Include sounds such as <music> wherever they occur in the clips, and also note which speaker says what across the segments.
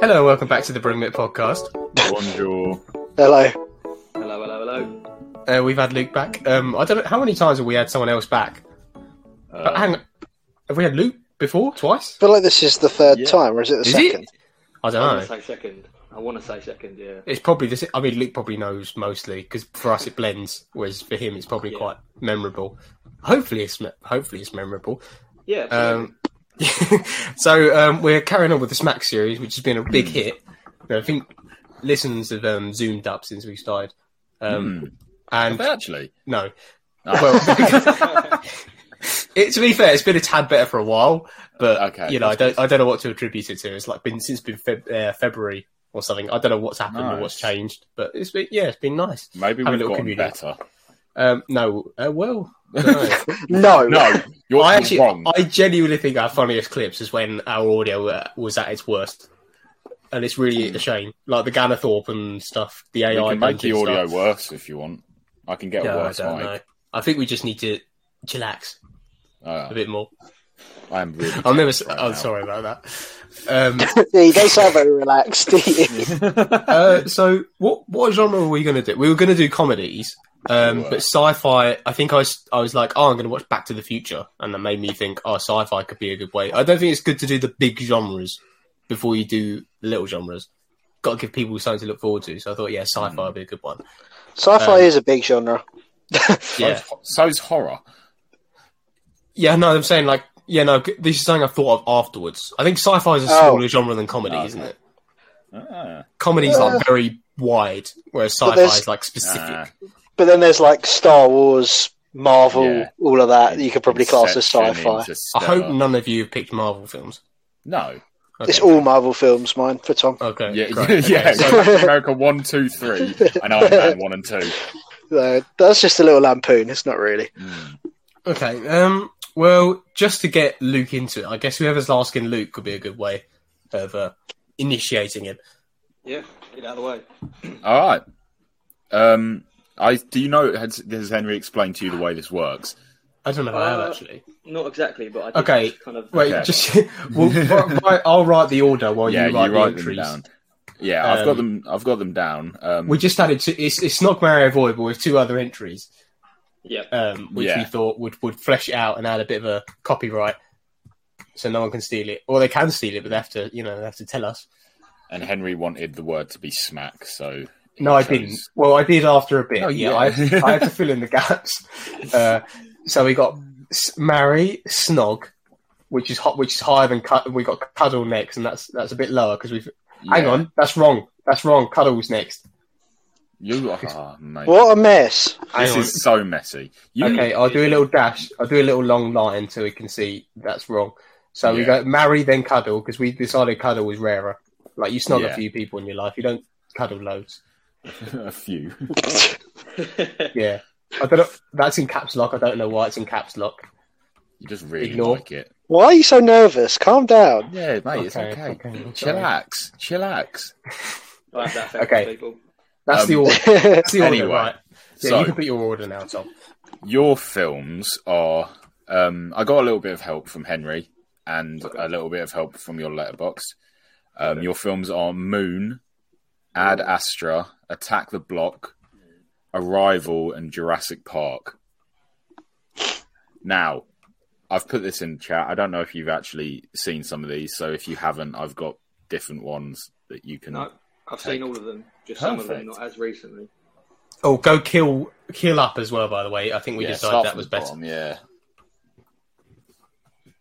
Speaker 1: Hello, welcome back to the Bring It podcast.
Speaker 2: Bonjour.
Speaker 3: Hello.
Speaker 4: Hello, hello, hello.
Speaker 1: Uh, we've had Luke back. Um, I don't know how many times have we had someone else back. But
Speaker 2: Uh,
Speaker 1: hang, on. have we had Luke before? Twice?
Speaker 3: I feel like this is the third
Speaker 4: Yeah.
Speaker 3: time, or is it the
Speaker 1: Is it?
Speaker 3: second?
Speaker 1: I
Speaker 4: I
Speaker 1: don't
Speaker 4: want
Speaker 1: know.
Speaker 4: to say second. I want to say second, yeah.
Speaker 1: It's probably this. I mean, Luke probably knows mostly because for us it blends, whereas for him it's probably
Speaker 4: Yeah.
Speaker 1: quite memorable. Hopefully, it's me- hopefully it's memorable.
Speaker 4: Yeah.
Speaker 1: Um, <laughs> so um, we're carrying on with the Smack series, which has been a big hit. And I think listens have um, zoomed up since we started.
Speaker 4: Hmm.
Speaker 1: Um,
Speaker 2: Have
Speaker 1: And
Speaker 2: they actually?
Speaker 1: no,
Speaker 2: Oh.
Speaker 1: well, <laughs> it, to be fair, it's been a tad better for a while, but
Speaker 2: Okay,
Speaker 1: you know, I
Speaker 2: that's
Speaker 1: don't, I don't know what to attribute it to. It's like been since been Feb- uh, February or something. I don't know what's happened or what's
Speaker 2: Nice.
Speaker 1: changed, but it's been yeah, it's been nice.
Speaker 2: Maybe
Speaker 1: Have a
Speaker 2: we've
Speaker 1: little
Speaker 2: gotten
Speaker 1: community.
Speaker 2: better.
Speaker 1: Um, no, uh, well, I don't
Speaker 2: <laughs>
Speaker 1: know.
Speaker 3: No.
Speaker 2: No,
Speaker 3: <laughs>
Speaker 2: you're
Speaker 1: I
Speaker 2: you're
Speaker 1: actually,
Speaker 2: wrong.
Speaker 1: I genuinely think our funniest clips is when our audio uh, was at its worst, and it's really a shame. Like the Ganathorpe and stuff, the
Speaker 2: You
Speaker 1: AI
Speaker 2: can make the
Speaker 1: dungeon
Speaker 2: audio
Speaker 1: stuff.
Speaker 2: worse if you want. I can get
Speaker 1: Yeah,
Speaker 2: a worse
Speaker 1: I don't know.
Speaker 2: mic.
Speaker 1: I think we just need to chillax a
Speaker 2: Uh,
Speaker 1: bit more.
Speaker 2: I am really.
Speaker 1: I'll never.
Speaker 2: right
Speaker 1: <laughs> I'm
Speaker 2: now.
Speaker 1: sorry about that. Um,
Speaker 3: yeah, you don't sound
Speaker 2: <laughs>
Speaker 3: very relaxed, <laughs> do you?
Speaker 1: uh, so, what what genre were we going to do? We were going to do comedies, um,
Speaker 2: We were.
Speaker 1: but sci-fi. I think I was, I was like, oh, I'm going to watch Back to the Future, and that made me think, oh, sci-fi could be a good way. I don't think it's good to do the big genres before you do the little genres. Got to give people something to look forward to. So I thought, yeah,
Speaker 2: Hmm.
Speaker 1: sci-fi would be a good one.
Speaker 3: Sci-fi
Speaker 1: Um,
Speaker 3: is a big genre.
Speaker 1: Yeah,
Speaker 2: So's horror.
Speaker 1: yeah. No, I'm saying like, yeah, no. g- This is something I've thought of afterwards. I think sci-fi is a
Speaker 3: Oh.
Speaker 1: smaller genre than comedy,
Speaker 2: Okay.
Speaker 1: isn't it?
Speaker 2: Ah,
Speaker 1: Comedy's
Speaker 3: Yeah.
Speaker 1: like very wide, whereas
Speaker 3: But
Speaker 1: sci-fi
Speaker 3: there's-
Speaker 1: is like specific.
Speaker 2: ah,
Speaker 3: But then there's like Star Wars, Marvel,
Speaker 2: Yeah.
Speaker 3: all of that. You could probably class as
Speaker 2: Inception,
Speaker 3: sci-fi.
Speaker 1: I
Speaker 2: Interstellar.
Speaker 1: hope none of you have picked Marvel films.
Speaker 2: No.
Speaker 1: Okay.
Speaker 3: It's all Marvel films, mine for Tom.
Speaker 1: okay.
Speaker 2: Yeah,
Speaker 1: Uh,
Speaker 2: <laughs>
Speaker 1: great. Okay,
Speaker 2: yeah.
Speaker 1: so-
Speaker 2: Captain America one, two, three, and Iron Man one and two.
Speaker 3: No, Uh, that's just a little lampoon. It's not really.
Speaker 2: Mm.
Speaker 1: okay. Um. Well, just to get Luke into it, I guess whoever's asking Luke could be a good way of uh, initiating him.
Speaker 4: yeah, get out of the way.
Speaker 2: All right. Um, I do you know? Has, has Henry explained to you the way this works?
Speaker 1: I don't know if I have
Speaker 4: Uh,
Speaker 1: actually.
Speaker 4: Not exactly, but I did
Speaker 1: Okay,
Speaker 4: kind of.
Speaker 1: Wait,
Speaker 2: okay.
Speaker 1: just <laughs> well, right, right, I'll write the order while you write the
Speaker 2: them
Speaker 1: entries.
Speaker 2: down. Yeah, I've
Speaker 1: Um,
Speaker 2: got them. I've got them down. Um,
Speaker 1: We just added two, it's it's not Mario Void, but with two other entries,
Speaker 4: Yeah. <laughs>
Speaker 1: um, which we
Speaker 2: Yeah.
Speaker 1: thought would would flesh it out and add a bit of a copyright, so no one can steal it, or they can steal it, but they have to you know they have to tell us.
Speaker 2: and Henry wanted the word to be smack, so he
Speaker 1: No, I
Speaker 2: chose-
Speaker 1: didn't. Well, I did after a bit.
Speaker 2: Oh,
Speaker 1: yeah,
Speaker 2: yeah.
Speaker 1: I, I had to fill
Speaker 2: <laughs>
Speaker 1: in the gaps. Uh, so we got s- marry snog, which is hot, which is higher than cut. We got cuddle next, and that's that's a bit lower because we've.
Speaker 2: Yeah.
Speaker 1: Hang on, that's wrong. That's wrong. Cuddle's next.
Speaker 2: You are, mate.
Speaker 3: What a mess! <laughs>
Speaker 1: Hang
Speaker 2: This
Speaker 1: on.
Speaker 2: is so messy. You, <laughs>
Speaker 1: Okay, I'll do a little dash. I'll do a little long line so we can see that's wrong. So we
Speaker 2: Yeah.
Speaker 1: go marry then cuddle because we decided cuddle was rarer. Like you snog
Speaker 2: Yeah.
Speaker 1: a few people in your life, you don't cuddle loads.
Speaker 2: a few.
Speaker 1: Yeah, I don't. Know, that's in caps lock. I don't know why it's in caps lock.
Speaker 2: You just really
Speaker 1: Ignore.
Speaker 2: like it.
Speaker 3: Why are you so nervous? Calm down. <laughs>
Speaker 2: Yeah, mate, it's
Speaker 1: Okay,
Speaker 2: okay.
Speaker 1: okay, I'm sorry.
Speaker 2: Chillax, chillax.
Speaker 4: I have that effect
Speaker 1: Okay.
Speaker 4: okay. people.
Speaker 1: That's
Speaker 2: Um,
Speaker 1: the order.
Speaker 3: yeah,
Speaker 1: That's the order,
Speaker 2: Anyway,
Speaker 1: right? Yeah,
Speaker 2: so
Speaker 1: you can put your order now, Tom.
Speaker 2: your films are. Um, I got a little bit of help from Henry and a little bit of help from your letterbox. Um, your films are Moon, Ad Astra, Attack the Block, Arrival, and Jurassic Park. Now, I've put this in chat. I don't know if you've actually seen some of these, so if you haven't, I've got different ones that you can.
Speaker 4: No, I've seen all of them. Just some of them,
Speaker 2: Perfect.
Speaker 4: not as recently.
Speaker 1: Oh, go kill kill up as well. By the way, I think we
Speaker 2: Yeah,
Speaker 1: decided
Speaker 2: start
Speaker 1: that
Speaker 2: from
Speaker 1: was
Speaker 2: the
Speaker 1: better.
Speaker 2: bottom, yeah.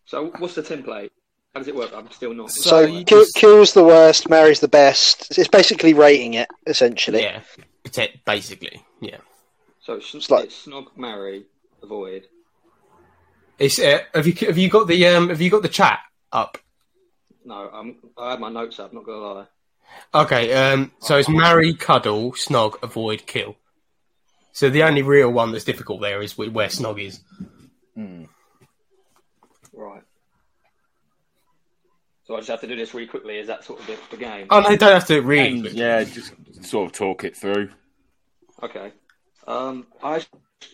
Speaker 4: So, what's the template? How does it work? I'm still not.
Speaker 2: So-
Speaker 3: So,
Speaker 2: you
Speaker 3: kill,
Speaker 2: just-
Speaker 3: kills the worst, marries the best. It's basically rating it essentially.
Speaker 1: Yeah, Protect- basically, yeah.
Speaker 4: so it's,
Speaker 3: It's like-
Speaker 4: it's snog, marry, avoid.
Speaker 1: It's uh, have you have you got the um have you got the chat up?
Speaker 4: No, I'm, I had my notes up, not going to lie.
Speaker 1: Okay, um, so it's marry, cuddle, snog, avoid, kill. So the only real one that's difficult there is wh- where snog is.
Speaker 2: Mm.
Speaker 4: Right. So, I just have to do this really quickly. Is that sort of the, the game?
Speaker 1: Oh, no, you don't have to read.
Speaker 2: And, yeah, just sort of talk it through.
Speaker 4: Okay. Um, I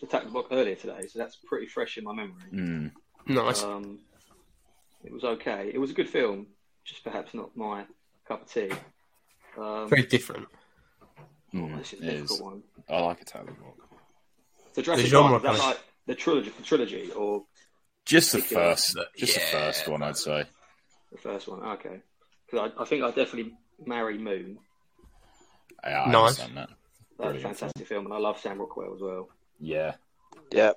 Speaker 4: attacked the block earlier today, so that's pretty fresh in my memory.
Speaker 2: Mm.
Speaker 1: Nice.
Speaker 4: Um, it was okay. It was a good film, just perhaps not my cup of tea. Um,
Speaker 1: Very different.
Speaker 2: Mm,
Speaker 4: this is a
Speaker 2: it
Speaker 4: Oh, difficult
Speaker 2: is.
Speaker 4: one.
Speaker 2: I like Italian Walk.
Speaker 4: So Jurassic
Speaker 1: genre
Speaker 4: Park, is that
Speaker 1: kind
Speaker 4: like the trilogy, the trilogy or
Speaker 2: Just the
Speaker 4: Particular.
Speaker 2: first, just
Speaker 1: Yeah.
Speaker 2: the first one, I'd say.
Speaker 4: the first one? Okay. Because I, I think I'd definitely marry Moon.
Speaker 2: Yeah, I
Speaker 1: Nice.
Speaker 2: understand that.
Speaker 4: That's a
Speaker 2: Brilliant.
Speaker 4: fantastic film, and I love Sam Rockwell as well.
Speaker 2: Yeah,
Speaker 3: Yeah.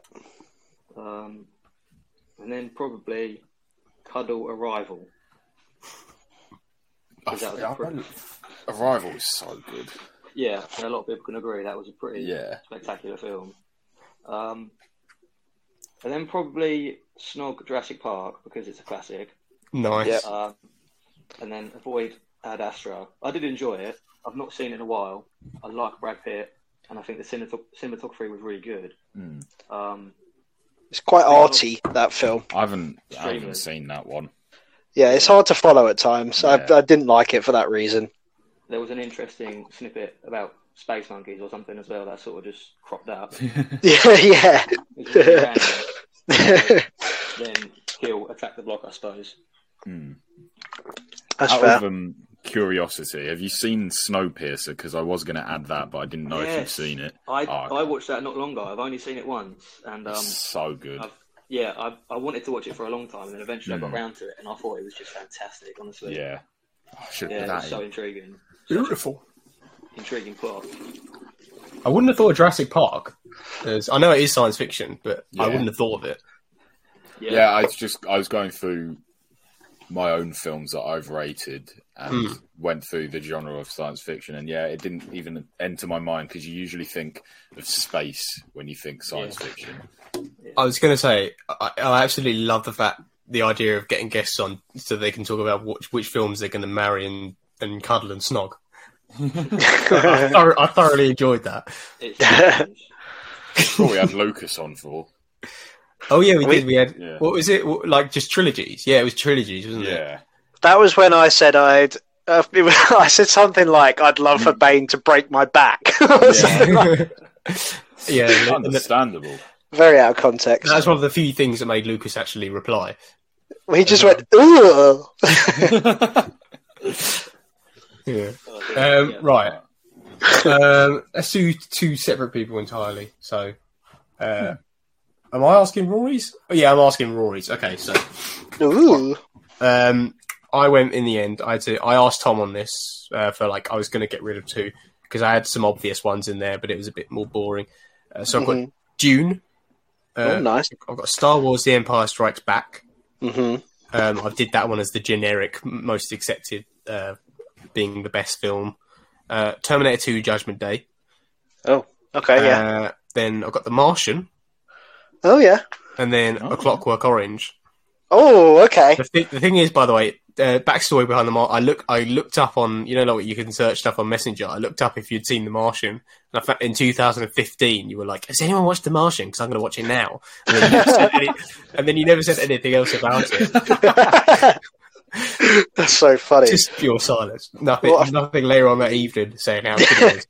Speaker 4: Um, and then probably Cuddle Arrival.
Speaker 2: I
Speaker 4: Is that
Speaker 2: think-
Speaker 4: the
Speaker 2: I
Speaker 4: pre-
Speaker 2: remember- Arrival is so good.
Speaker 4: Yeah, and a lot of people can agree that was a pretty
Speaker 2: Yeah,
Speaker 4: spectacular film. Um, and then probably snog Jurassic Park because it's a classic.
Speaker 1: Nice.
Speaker 3: Yeah.
Speaker 4: Uh, and then avoid Ad Astra. I did enjoy it. I've not seen it in a while. I like Brad Pitt, and I think the cinematog- cinematography was really good.
Speaker 2: Mm.
Speaker 4: Um,
Speaker 3: It's quite
Speaker 4: Yeah.
Speaker 3: arty that film.
Speaker 2: I haven't, I
Speaker 4: Streaming.
Speaker 2: haven't seen that
Speaker 4: <laughs>
Speaker 2: one.
Speaker 3: Yeah, it's hard to follow at times.
Speaker 2: Yeah.
Speaker 3: I, I didn't like it for that reason. <laughs>
Speaker 4: there was an interesting snippet about space monkeys or something as well that sort of just cropped up.
Speaker 1: <laughs>
Speaker 3: Yeah,
Speaker 4: It was really
Speaker 2: <laughs>
Speaker 4: random.
Speaker 3: yeah.
Speaker 4: Then he'll attack the block, I suppose.
Speaker 2: Mm.
Speaker 3: That's
Speaker 2: Out
Speaker 3: fair.
Speaker 2: of um, curiosity, have you seen Snowpiercer? Because I was going to add that, but I didn't know if you've
Speaker 4: Yes.
Speaker 2: seen it.
Speaker 4: I
Speaker 2: Oh, okay.
Speaker 4: I watched that not long ago. I've only seen it once, and um,
Speaker 2: it's so good.
Speaker 4: I've- yeah, I, I wanted to watch it for a long time, and then eventually I
Speaker 2: Mm.
Speaker 4: got round to it, and I thought it was just fantastic. Honestly,
Speaker 2: yeah, I should
Speaker 4: yeah,
Speaker 2: put
Speaker 4: it was
Speaker 2: that
Speaker 4: so
Speaker 2: in.
Speaker 4: intriguing,
Speaker 1: Beautiful.
Speaker 4: intriguing plot.
Speaker 1: I wouldn't have thought of Jurassic Park. 'cause I know it is science fiction, but I
Speaker 2: Yeah.
Speaker 1: wouldn't have thought of it.
Speaker 4: Yeah,
Speaker 2: Yeah, I was just I was going through my own films that I've rated and went through the genre of science fiction, and yeah, it didn't even enter my mind because you usually think of space when you think science fiction.
Speaker 1: I was going to say, I, I absolutely love the fact, the idea of getting guests on so they can talk about which, which films they're going to marry and, and cuddle and
Speaker 2: <laughs>
Speaker 1: snog. I,
Speaker 3: <laughs>
Speaker 1: thor- I thoroughly enjoyed that.
Speaker 4: it's strange.
Speaker 2: Before we had Lucas on for
Speaker 1: Oh yeah, we
Speaker 3: We-
Speaker 1: did. We had
Speaker 2: yeah,
Speaker 1: what was it? What- Like just trilogies? Yeah, it was trilogies, wasn't it?
Speaker 2: yeah.
Speaker 3: that was when I said I'd. Uh, <laughs> it was, I said something like, "I'd love for Bane to break my back." <laughs> Or something like-
Speaker 1: Yeah. <laughs> yeah, and th-
Speaker 2: Understandable.
Speaker 3: Very out of context.
Speaker 1: that's one of the few things that made Lucas actually reply.
Speaker 3: he just went, "Ugh."
Speaker 1: Yeah.
Speaker 4: Oh, I think-
Speaker 1: Um,
Speaker 4: yeah.
Speaker 1: Right. um, let's do two separate people entirely. So, uh, am I asking Rory's? Oh, yeah, I'm asking Rory's. Okay, so
Speaker 3: <laughs> Ooh.
Speaker 1: um, I went in the end. I had to, I asked Tom on this uh, for like I was going to get rid of two because I had some obvious ones in there, but it was a bit more boring. Uh, so I've got
Speaker 3: Mhm.
Speaker 1: June.
Speaker 3: oh,
Speaker 1: Uh,
Speaker 3: nice.
Speaker 1: I've got Star Wars: The Empire Strikes Back.
Speaker 3: hmm
Speaker 1: Um, I did that one as the generic, m- most accepted, uh, being the best film. Uh, Terminator 2: Judgment Day.
Speaker 3: Oh, Okay. yeah.
Speaker 1: Uh, then I've got The Martian,
Speaker 3: Oh yeah.
Speaker 1: and then
Speaker 2: Oh,
Speaker 1: A Clockwork Orange.
Speaker 3: Oh
Speaker 1: <laughs>
Speaker 3: okay.
Speaker 1: The, thi- the thing is, by the way, uh, backstory behind the Mar- I look, I looked up on you know like you can search stuff on Messenger. I looked up if you'd seen The Martian, and I found in 2015 you were like, "Has anyone watched The Martian?" Because I'm going to watch it now. And then, you never said any- <laughs> and then you never said anything else about it.
Speaker 2: <laughs>
Speaker 3: That's so funny.
Speaker 1: Just pure silence. Nothing.
Speaker 3: Well, I-
Speaker 1: nothing later on that evening saying how good it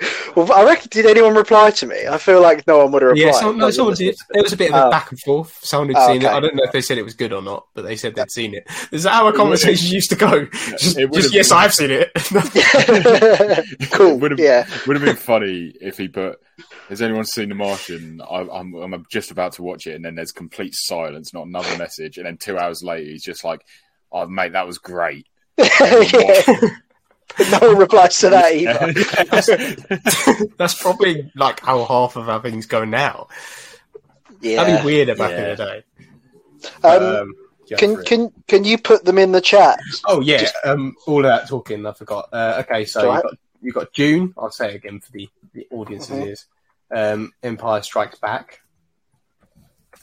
Speaker 2: <laughs>
Speaker 1: is.
Speaker 3: <laughs> well, I reckon. Did anyone reply to me? I feel like no one would have replied.
Speaker 1: yeah, some, no,
Speaker 3: Not
Speaker 1: someone
Speaker 3: that-
Speaker 1: did. There was a bit of a
Speaker 3: Oh.
Speaker 1: back and forth. Someone had
Speaker 3: Oh,
Speaker 1: seen it.
Speaker 3: okay.
Speaker 1: I don't know if they said it was good or not, but they said they'd seen it. Is that how our conversations used to go? Just,
Speaker 2: it would
Speaker 1: just
Speaker 2: have
Speaker 1: yes,
Speaker 2: been-
Speaker 1: I've seen it. <laughs>
Speaker 3: <laughs> Cool,
Speaker 2: Would have
Speaker 3: yeah.
Speaker 2: would have been funny if he put. Has anyone seen The Martian? I, I'm I'm just about to watch it, and then there's complete silence, not another message, and then two hours later he's just like, "Oh mate, that was great."
Speaker 3: <laughs> yeah. No
Speaker 2: <laughs>
Speaker 3: one replies to that <laughs> either.
Speaker 1: <laughs> That's probably like how half of our things go now. That'd be
Speaker 3: Yeah.
Speaker 1: weirder back in
Speaker 2: Yeah.
Speaker 1: the day.
Speaker 3: Um,
Speaker 1: uh, yeah, for
Speaker 3: can
Speaker 1: it.
Speaker 3: can can you put them in the chat?
Speaker 1: oh yeah, um, all that talking I forgot. Uh, okay, so
Speaker 3: It's all
Speaker 1: you've
Speaker 3: right.
Speaker 1: got, you've got June. I'll say it again for the the audience's
Speaker 3: Mhm.
Speaker 1: ears. Um, Empire Strikes Back.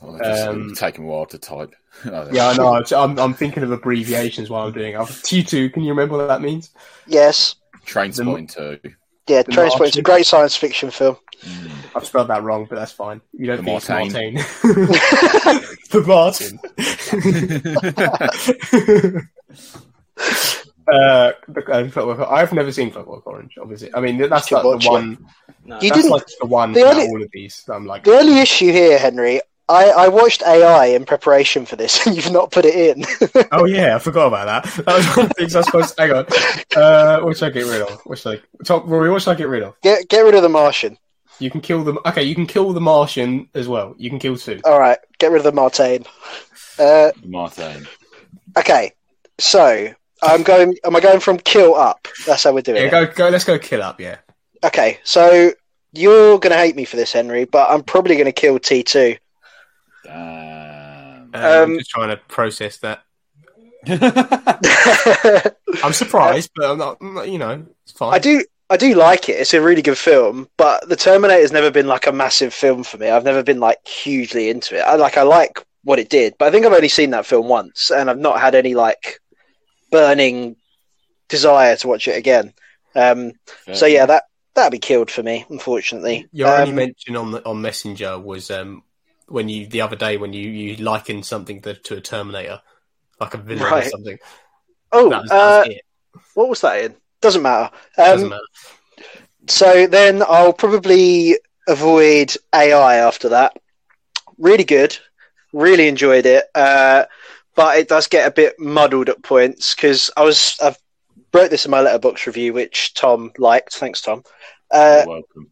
Speaker 2: Oh, just-
Speaker 1: Um,
Speaker 2: it'll take him a while to type. <laughs> Oh,
Speaker 1: Yeah, I know. I'm- I'm, I'm thinking of abbreviations while I'm doing it. T2, can you remember what that means?
Speaker 3: Yes.
Speaker 2: Train spotting too.
Speaker 3: Yeah.
Speaker 1: The
Speaker 3: Trainspotting's a
Speaker 1: Martian.
Speaker 3: great science fiction film.
Speaker 1: I've spelled that wrong, but that's fine. You don't
Speaker 2: The
Speaker 1: think it's
Speaker 2: Martain.
Speaker 1: Martain. <laughs> the Martin. <laughs>
Speaker 3: <laughs>
Speaker 1: uh, the- uh, Clockwork- I've never seen Clockwork Orange, obviously. I mean, that's
Speaker 3: should
Speaker 1: like
Speaker 3: watch
Speaker 1: the
Speaker 3: it.
Speaker 1: one.
Speaker 4: No,
Speaker 3: You
Speaker 1: that's
Speaker 3: didn't-
Speaker 1: like the one
Speaker 3: the
Speaker 1: from
Speaker 3: only-
Speaker 1: all of these. that I'm like,
Speaker 3: The only issue here, Henry, I, I watched AI in preparation for this, <laughs> and you've not put it in.
Speaker 1: Oh yeah, I forgot about that. <laughs> That was one of the things I suppose. Hang on, uh, what should I get rid of? What should I? Top Rory, what should I get rid of?
Speaker 3: get get rid of the Martian.
Speaker 1: You can kill them. Okay, you can kill the Martian as well. You can kill two.
Speaker 3: All right, get rid of the Martain. Uh,
Speaker 2: Martin.
Speaker 3: okay, so I'm going. Am I going from kill up? That's how we're doing
Speaker 1: Yeah,
Speaker 3: it.
Speaker 1: go go. Let's go kill up. Yeah.
Speaker 3: Okay, so you're gonna hate me for this, Henry, but I'm probably gonna kill T two.
Speaker 2: Damn.
Speaker 1: Uh, I'm
Speaker 3: Um,
Speaker 1: just trying to process that.
Speaker 2: I
Speaker 3: I
Speaker 1: I'm surprised, but I'm not. I'm not- You know, it's fine.
Speaker 3: do. I do like it. It's a really good film, but The Terminator's never been like a massive film for me. I've never been like hugely into it. I like I like what it did, but I think I've only seen that film once and I've not had any like burning desire to watch it again. Um, <laughs> so yeah, that that'd be killed for me, unfortunately.
Speaker 1: Your only
Speaker 3: Um,
Speaker 1: mention on the, on Messenger was um, when you the other day when you, you likened something to, to a Terminator, like a villain or
Speaker 3: Right.
Speaker 1: something.
Speaker 3: oh,
Speaker 1: That was,
Speaker 3: uh,
Speaker 1: that was it.
Speaker 3: what was that in? Doesn't matter.
Speaker 1: Doesn't
Speaker 3: Um,
Speaker 1: matter.
Speaker 3: So then I'll probably avoid AI after that. Really good. Really enjoyed it. Uh, but it does get a bit muddled at points because I was I've wrote this in my letterbox review, which Tom liked. Thanks, Tom. Uh,
Speaker 2: welcome.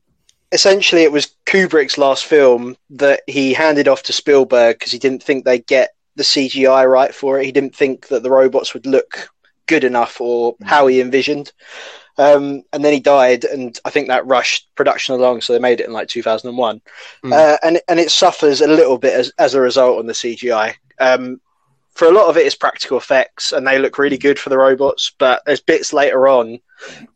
Speaker 3: essentially it was Kubrick's last film that he handed off to Spielberg because he didn't think they'd get the CGI right for it. He didn't think that the robots would look good enough or how he envisioned. Um, and then he died, and I think that rushed production along, so they made it in like 2001.
Speaker 1: Mm.
Speaker 3: Uh, and and it suffers a little bit as, as a result on the CGI. Um, for a lot of it, it's practical effects, and they look really good for the robots. But there's bits later on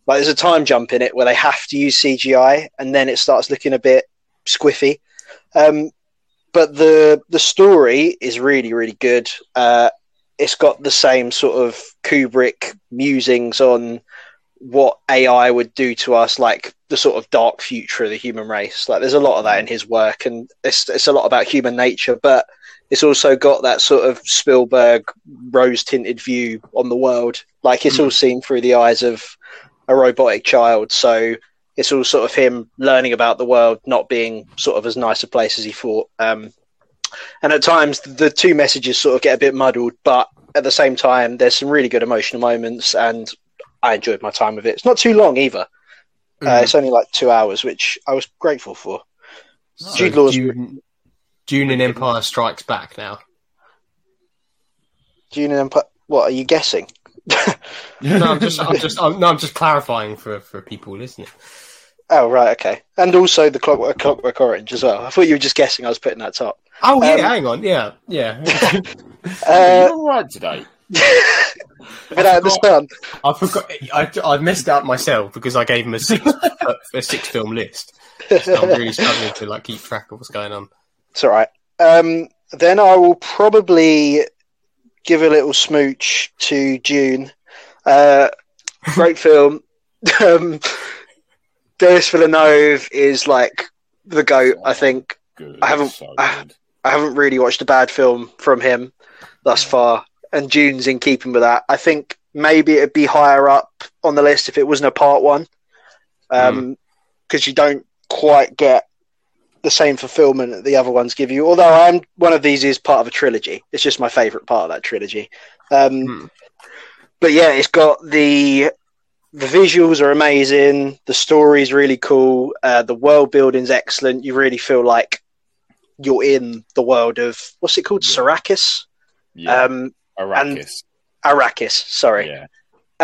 Speaker 3: like there's a time jump in it where they have to use CGI, and then it starts looking a bit squiffy. Um, but the the story is really really good. Uh, it's got the same sort of Kubrick musings on what AI would do to us, like the sort of dark future of the human race. Like there's a lot of that in his work, and it's it's a lot about human nature, but it's also got that sort of Spielberg rose tinted view on the world. Like it's all seen through the eyes of a robotic child. So it's all sort of him learning about the world, not being sort of as nice a place as he thought. Um, and at times, the two messages sort of get a bit muddled, but at the same time, there's some really good emotional moments, and I enjoyed my time with it. It's not too long either. Uh,
Speaker 1: Mm.
Speaker 3: it's only like two hours, which I was grateful for.
Speaker 1: So
Speaker 3: Jude Law's.
Speaker 1: Dune, Dune and Empire Strikes Back now.
Speaker 3: <laughs> June and Empi- What are you guessing?
Speaker 1: No, I'm just, I'm just, I'm, no, I'm just clarifying for, for people listening.
Speaker 3: Oh right, okay. And also the Clockwork, Clockwork Orange as well. I thought you were just guessing. I was putting that top.
Speaker 1: Oh yeah,
Speaker 3: Um,
Speaker 1: hang on, yeah, yeah. <laughs>
Speaker 3: Uh,
Speaker 2: You're all right today.
Speaker 3: without the sun.
Speaker 1: I forgot, I, I messed up myself because I gave him a six a six film list. So I'm really struggling to like keep track of what's going on.
Speaker 3: It's all right. Um, then I will probably give a little smooch to June. Uh, great film. Um, Denis Villeneuve is like the goat. I think
Speaker 2: Good.
Speaker 3: I haven't- uh,
Speaker 2: So
Speaker 3: I-
Speaker 2: good.
Speaker 3: I haven't really watched a bad film from him thus far, and June's in keeping with that. I think maybe it'd be higher up on the list if it wasn't a part one, because you don't quite get the same fulfillment that the other ones give you. Although I'm one of these is part of a trilogy. It's just my favourite part of that trilogy. Um,
Speaker 1: Hmm.
Speaker 3: But yeah, it's got the the visuals are amazing. The story's really cool. Uh, the world building's excellent. You really feel like you're in the world of what's it called,
Speaker 2: Yeah.
Speaker 3: Sarakis,
Speaker 2: Yeah.
Speaker 3: um,
Speaker 2: Arrakis.
Speaker 3: Arrakis. Sorry.
Speaker 2: Yeah.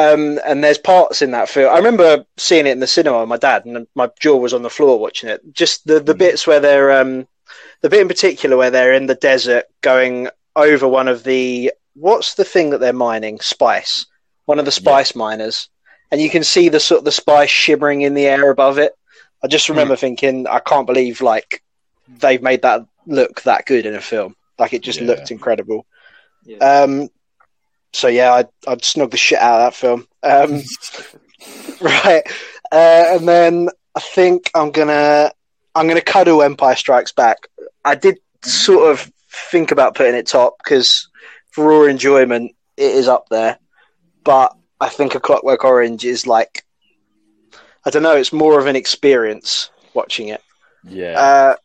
Speaker 3: Um, and there's parts in that film. I remember seeing it in the cinema with my dad, and my jaw was on the floor watching it. Just the, the
Speaker 2: Mm.
Speaker 3: bits where they're, um, the bit in particular where they're in the desert going over one of the, what's the thing that they're mining? Spice. One of the spice miners. And you can see the sort of the spice shimmering in the air above it. I just remember thinking, I can't believe like they've made that look that good in a film. Like it just
Speaker 2: Yeah.
Speaker 3: looked incredible.
Speaker 4: Yeah.
Speaker 3: Um, so yeah, I'd, I'd snog the shit out of that film. Um, right, uh, and then I think I'm gonna I'm gonna cuddle Empire Strikes Back. I did sort of think about putting it top because for raw enjoyment, it is up there. But I think A Clockwork Orange is like I don't know, it's more of an experience watching it.
Speaker 2: Yeah.
Speaker 3: Uh,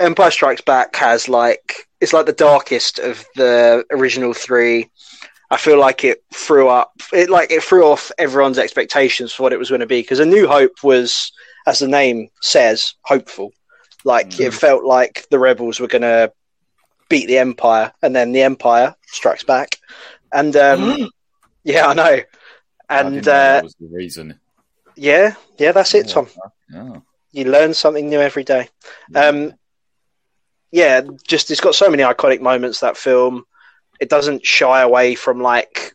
Speaker 3: Empire Strikes Back has like it's like the darkest of the original three. I feel like it threw up it like it threw off everyone's expectations for what it was going to be because A New Hope was, as the name says, hopeful. Like
Speaker 2: Mm-hmm.
Speaker 3: it felt like the rebels were going to beat the Empire, and then the Empire strikes back.
Speaker 2: <gasps>
Speaker 3: And um, yeah, I know.
Speaker 2: I didn't
Speaker 3: And
Speaker 2: know
Speaker 3: uh,
Speaker 2: that was the reason.
Speaker 3: yeah, yeah, that's it,
Speaker 2: Yeah.
Speaker 3: Tom.
Speaker 2: Oh.
Speaker 3: You learn something new every day. Um, yeah, just it's got so many iconic moments. That film, it doesn't shy away from like,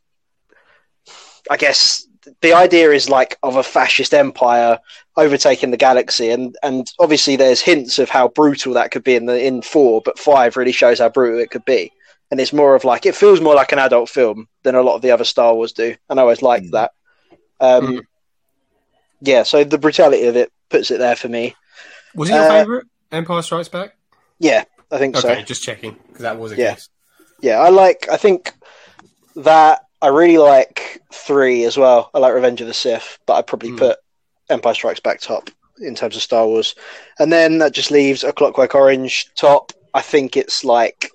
Speaker 3: I guess the idea is like of a fascist empire overtaking the galaxy, and and obviously there's hints of how brutal that could be in the in four, but five really shows how brutal it could be. And it's more of like it feels more like an adult film than a lot of the other Star Wars do, and I always liked
Speaker 2: Mm.
Speaker 3: that. Um,
Speaker 1: Mm.
Speaker 3: Yeah, so the brutality of it puts it there for me.
Speaker 1: Was it your
Speaker 3: Uh,
Speaker 1: favourite? Empire Strikes Back?
Speaker 3: Yeah, I think so.
Speaker 1: Okay, just checking. 'cause that was a
Speaker 3: Yeah.
Speaker 1: guess.
Speaker 3: yeah, I like. I think that I really like three as well. I like Revenge of the Sith, but I probably
Speaker 1: Hmm.
Speaker 3: put Empire Strikes Back top in terms of Star Wars, and then that just leaves A Clockwork Orange top. I think it's like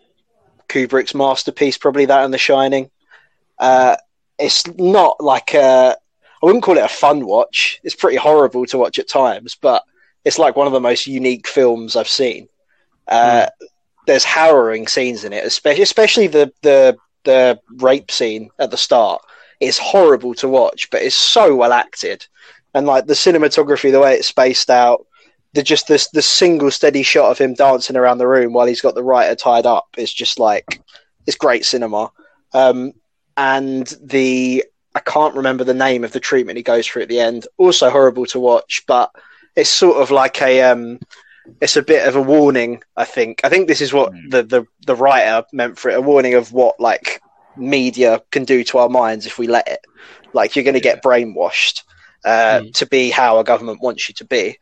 Speaker 3: Kubrick's masterpiece, probably that and The Shining. Uh, it's not like a. I wouldn't call it a fun watch. It's pretty horrible to watch at times, but it's like one of the most unique films I've seen. Uh, There's harrowing scenes in it, especially especially the the the rape scene at the start. It's horrible to watch, but it's so well acted, and like the cinematography, the way it's spaced out, the just this the single steady shot of him dancing around the room while he's got the writer tied up is just like it's great cinema. Um, and the I can't remember the name of the treatment he goes through at the end. Also horrible to watch, but it's sort of like a um, it's a bit of a warning. I think. I think this is what
Speaker 2: Hmm.
Speaker 3: the, the the writer meant for it. A warning of what like media can do to our minds if we let it. Like you're going to get brainwashed uh,
Speaker 1: Hmm.
Speaker 3: to be how a government wants you to be.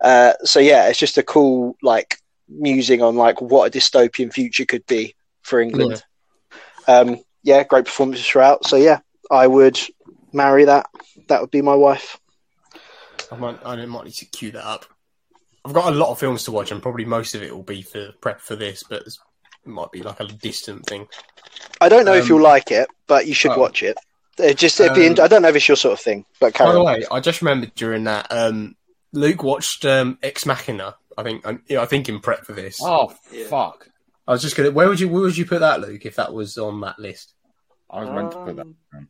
Speaker 3: Uh, so yeah, it's just a cool like musing on like what a dystopian future could be for England um, yeah, great performances throughout. So yeah, I would marry that. That would be my wife.
Speaker 1: I might, I might need to queue that up. I've got a lot of films to watch, and probably most of it will be for prep for this, but it's- it might be like a distant thing.
Speaker 3: I don't know if
Speaker 1: Um,
Speaker 3: you'll like it, but you should
Speaker 1: oh.
Speaker 3: watch it. It just it'd be.
Speaker 1: Um,
Speaker 3: I don't know if it's your sort of thing, but
Speaker 1: By
Speaker 3: carry
Speaker 1: the
Speaker 3: on.
Speaker 1: way, I just remembered during that um, Luke watched um, Ex Machina. I think, I, yeah, I think in prep for this.
Speaker 4: Ah.
Speaker 2: Oh
Speaker 4: Yeah.
Speaker 2: fuck!
Speaker 1: I was just gonna. Where would you, where would you put that, Luke, if that was on that list?
Speaker 2: I was meant to put that. down.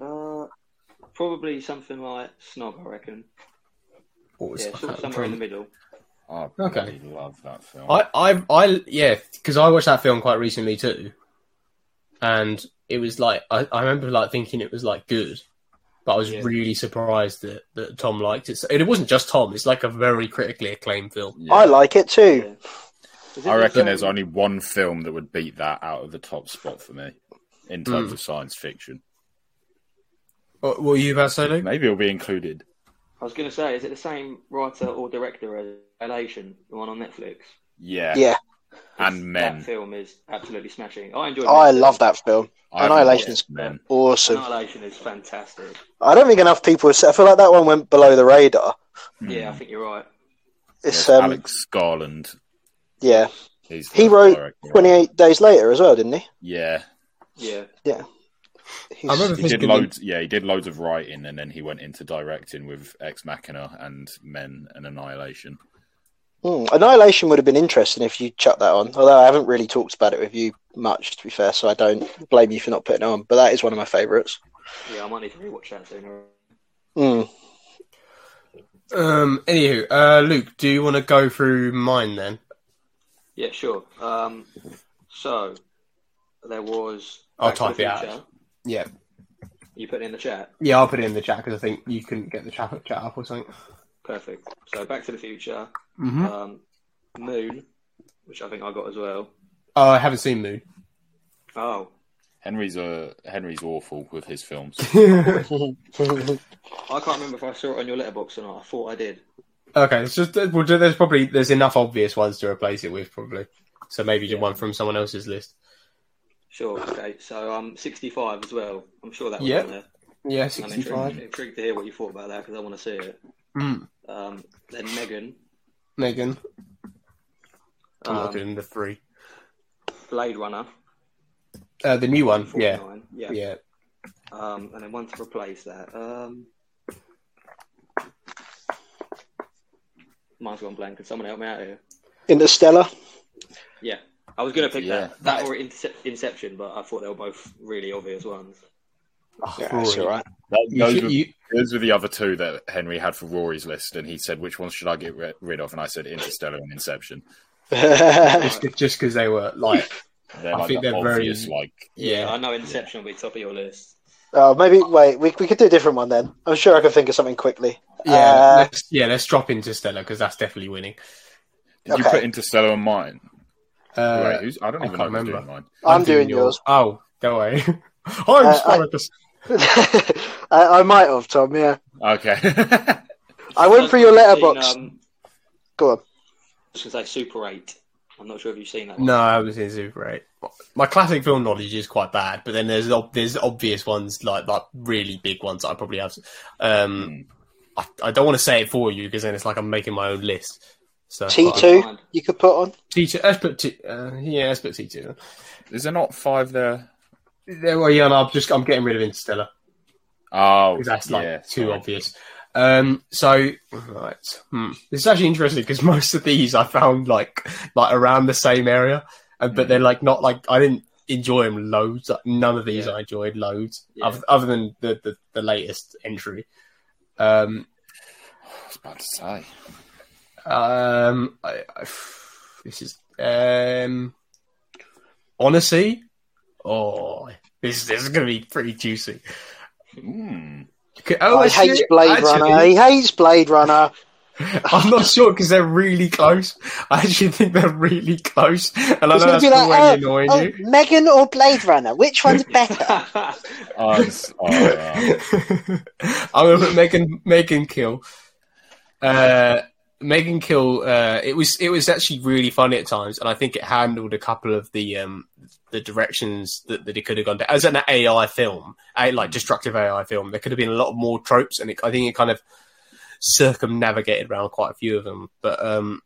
Speaker 4: Um, uh, probably something like snob, I reckon.
Speaker 1: What was
Speaker 4: Yeah, sort of somewhere in the middle.
Speaker 3: Um,
Speaker 2: I
Speaker 1: Okay.
Speaker 2: okay. love that film.
Speaker 1: I, I, I, yeah, because I watched that film quite recently too, and it was like I, I remember like thinking it was like good, but I was
Speaker 4: Yeah.
Speaker 1: really surprised that, that Tom liked it. So- And it wasn't just Tom; it's like a very critically acclaimed film.
Speaker 2: Yeah.
Speaker 3: I like it too.
Speaker 4: Yeah. Is it
Speaker 2: I reckon
Speaker 4: film-
Speaker 2: there's only one film that would beat that out of the top spot for me in
Speaker 3: Hmm.
Speaker 2: terms of science fiction.
Speaker 1: What, what were you about to say, Luke?
Speaker 2: Maybe it'll be included.
Speaker 4: I was going to say, is it the same writer or director as Elation, the one on Netflix?
Speaker 2: Yeah.
Speaker 3: Yeah,
Speaker 2: And
Speaker 4: That
Speaker 2: Men.
Speaker 4: film is absolutely smashing. I enjoyed.
Speaker 3: I
Speaker 4: that
Speaker 3: love that film.
Speaker 2: I haven't
Speaker 3: Annihilation
Speaker 2: watched
Speaker 3: is-
Speaker 2: Men.
Speaker 4: film.
Speaker 3: Awesome.
Speaker 4: Annihilation is fantastic.
Speaker 3: I don't think enough people. Have seen, I feel like that one went below the radar.
Speaker 4: Yeah, I
Speaker 2: Hmm.
Speaker 4: think you're right.
Speaker 3: It's
Speaker 2: Yes,
Speaker 3: um,
Speaker 2: Alex Garland.
Speaker 3: yeah,
Speaker 2: He's
Speaker 3: He
Speaker 2: the
Speaker 3: wrote
Speaker 2: director.
Speaker 3: twenty eight days later as well, didn't he?
Speaker 2: Yeah,
Speaker 4: Yeah,
Speaker 3: He's,
Speaker 1: I remember
Speaker 2: he did
Speaker 1: thinking
Speaker 2: loads. Yeah, he did loads of writing, and then he went into directing with Ex Machina and Men and Annihilation.
Speaker 3: Hmm, Annihilation would have been interesting if you chucked that on. Although I haven't really talked about it with you much, to be fair, so I don't blame you for not putting it on. But that is one of my favourites.
Speaker 4: yeah. I might need to rewatch that sooner.
Speaker 1: <laughs>
Speaker 3: Hmm.
Speaker 1: Um, anywho, uh, Luke, do you want to go through mine then?
Speaker 4: Yeah, sure. Um, so there was.
Speaker 1: I'll
Speaker 4: Back to the
Speaker 1: type it out.
Speaker 4: Future.
Speaker 1: Yeah,
Speaker 4: You put it in the chat.
Speaker 1: yeah, I'll put it in the chat because I think you couldn't get the chat, chat up or something.
Speaker 4: Perfect. So Back to the Future,
Speaker 1: Mm-hmm.
Speaker 4: um, Moon, which I think I got as well.
Speaker 1: Oh, I haven't seen Moon.
Speaker 4: Oh,
Speaker 2: Henry's uh, Henry's awful with his films.
Speaker 1: <laughs> okay,
Speaker 4: I can't remember if I saw it on your letterbox or not. I thought I did.
Speaker 1: it's just uh, we'll do, there's probably there's enough obvious ones to replace it with probably. So maybe just
Speaker 4: Yeah.
Speaker 1: one from someone else's list.
Speaker 4: Sure. Okay. So um, 65 as well. I'm sure that was
Speaker 1: Yeah.
Speaker 4: on there.
Speaker 1: Yeah,
Speaker 4: I'm
Speaker 1: 65.
Speaker 4: intrigued, intrigued to hear what you thought about that because I
Speaker 1: Hmm,
Speaker 4: want to see it.
Speaker 1: Mm.
Speaker 4: Um, then Megan,
Speaker 1: Megan. I'm
Speaker 4: Um,
Speaker 1: looking in the three.
Speaker 4: Blade Runner.
Speaker 1: Uh, the new one, yeah,
Speaker 4: 49,
Speaker 1: yeah.
Speaker 4: yeah. Um, and then one to replace that. Um, mine's gone blank. Can someone help me out here?
Speaker 3: Interstellar.
Speaker 4: Yeah. I was going to pick
Speaker 2: Yeah.
Speaker 4: that, that or Incep- Inception, but I thought they were both really obvious ones.
Speaker 1: Oh,
Speaker 3: Yeah, that's
Speaker 1: Rory.
Speaker 3: all right.
Speaker 2: That-
Speaker 1: You
Speaker 2: those,
Speaker 1: should-
Speaker 2: were,
Speaker 1: you-
Speaker 2: those were the other two that Henry had for Rory's list, and he said, "Which ones should I get ri- rid of?" And I said, "Interstellar and Inception."
Speaker 3: <laughs>
Speaker 1: just just because they were like,
Speaker 2: They're
Speaker 1: I
Speaker 2: like
Speaker 1: think
Speaker 2: the
Speaker 1: they're very-
Speaker 2: obvious, like
Speaker 1: yeah,
Speaker 4: I know Inception will be top of your list.
Speaker 3: oh, maybe wait. We, we could do a different one then. I'm sure I can think of something quickly.
Speaker 1: yeah,
Speaker 3: Uh,
Speaker 1: let's, yeah. Let's drop Interstellar because that's definitely winning.
Speaker 2: Did you
Speaker 3: Okay.
Speaker 2: put Interstellar on mine?
Speaker 1: Uh,
Speaker 2: Wait, who's? I don't
Speaker 1: I
Speaker 2: even know
Speaker 1: can't
Speaker 2: who's
Speaker 1: remember.
Speaker 2: doing mine.
Speaker 3: I'm doing yours.
Speaker 1: Oh, don't worry. <laughs> I'm
Speaker 3: Uh,
Speaker 1: Spartacus.
Speaker 3: I, <laughs> I might have Tom. Yeah,
Speaker 2: Okay. <laughs>
Speaker 3: I went through your letterbox.
Speaker 4: Um,
Speaker 3: Go on.
Speaker 4: I was going to say Super 8. I'm not sure if you've seen that one.
Speaker 1: No, I was in Super 8. My classic film knowledge is quite bad, but then there's ob- there's obvious ones like like really big ones that I probably have. Um, I, I don't want to say it for you because then it's like I'm making my own list. So
Speaker 3: T
Speaker 1: uh,
Speaker 3: two. You could put on.
Speaker 1: T two. Let's put T. Uh, yeah, let's put T two.
Speaker 2: Is there not five there?
Speaker 1: There, well, yeah, and I'm just I'm getting rid of Interstellar
Speaker 2: Oh,
Speaker 1: because that's like
Speaker 2: yeah,
Speaker 1: too
Speaker 2: sorry.
Speaker 1: obvious. Um, so right, hmm. this is actually interesting because <laughs> most of these I found like like around the same area, and but
Speaker 2: Mhm.
Speaker 1: they're like not like I didn't enjoy them loads. Like, none of these
Speaker 4: Yeah.
Speaker 1: I enjoyed loads,
Speaker 4: Yeah.
Speaker 1: other, other than the, the the latest entry. Um,
Speaker 2: I was about to say.
Speaker 1: um, I, I, this is um, honestly, oh, this this is gonna be pretty juicy.
Speaker 2: Hmm.
Speaker 1: Okay, Oh,
Speaker 3: I
Speaker 1: actually-
Speaker 3: hate Blade
Speaker 1: actually-
Speaker 3: Runner. He hates Blade Runner.
Speaker 1: <laughs> I'm not sure because they're really close. I actually think they're really close, and I know
Speaker 3: He's gonna
Speaker 1: that's
Speaker 3: be like,
Speaker 1: already
Speaker 3: oh,
Speaker 1: annoying
Speaker 3: oh,
Speaker 1: you.
Speaker 3: Megan or Blade Runner? Which one's better?
Speaker 2: I'm oh, sorry.
Speaker 1: I'm gonna put Megan Megan Kill. Uh, Megan Kill. Uh, it was it was actually really funny at times, and I think it handled a couple of the um the directions that, that it could have gone to as an AI film, a, like destructive AI film. There could have been a lot more tropes, and it, I think it kind of circumnavigated around quite a few of them. But um,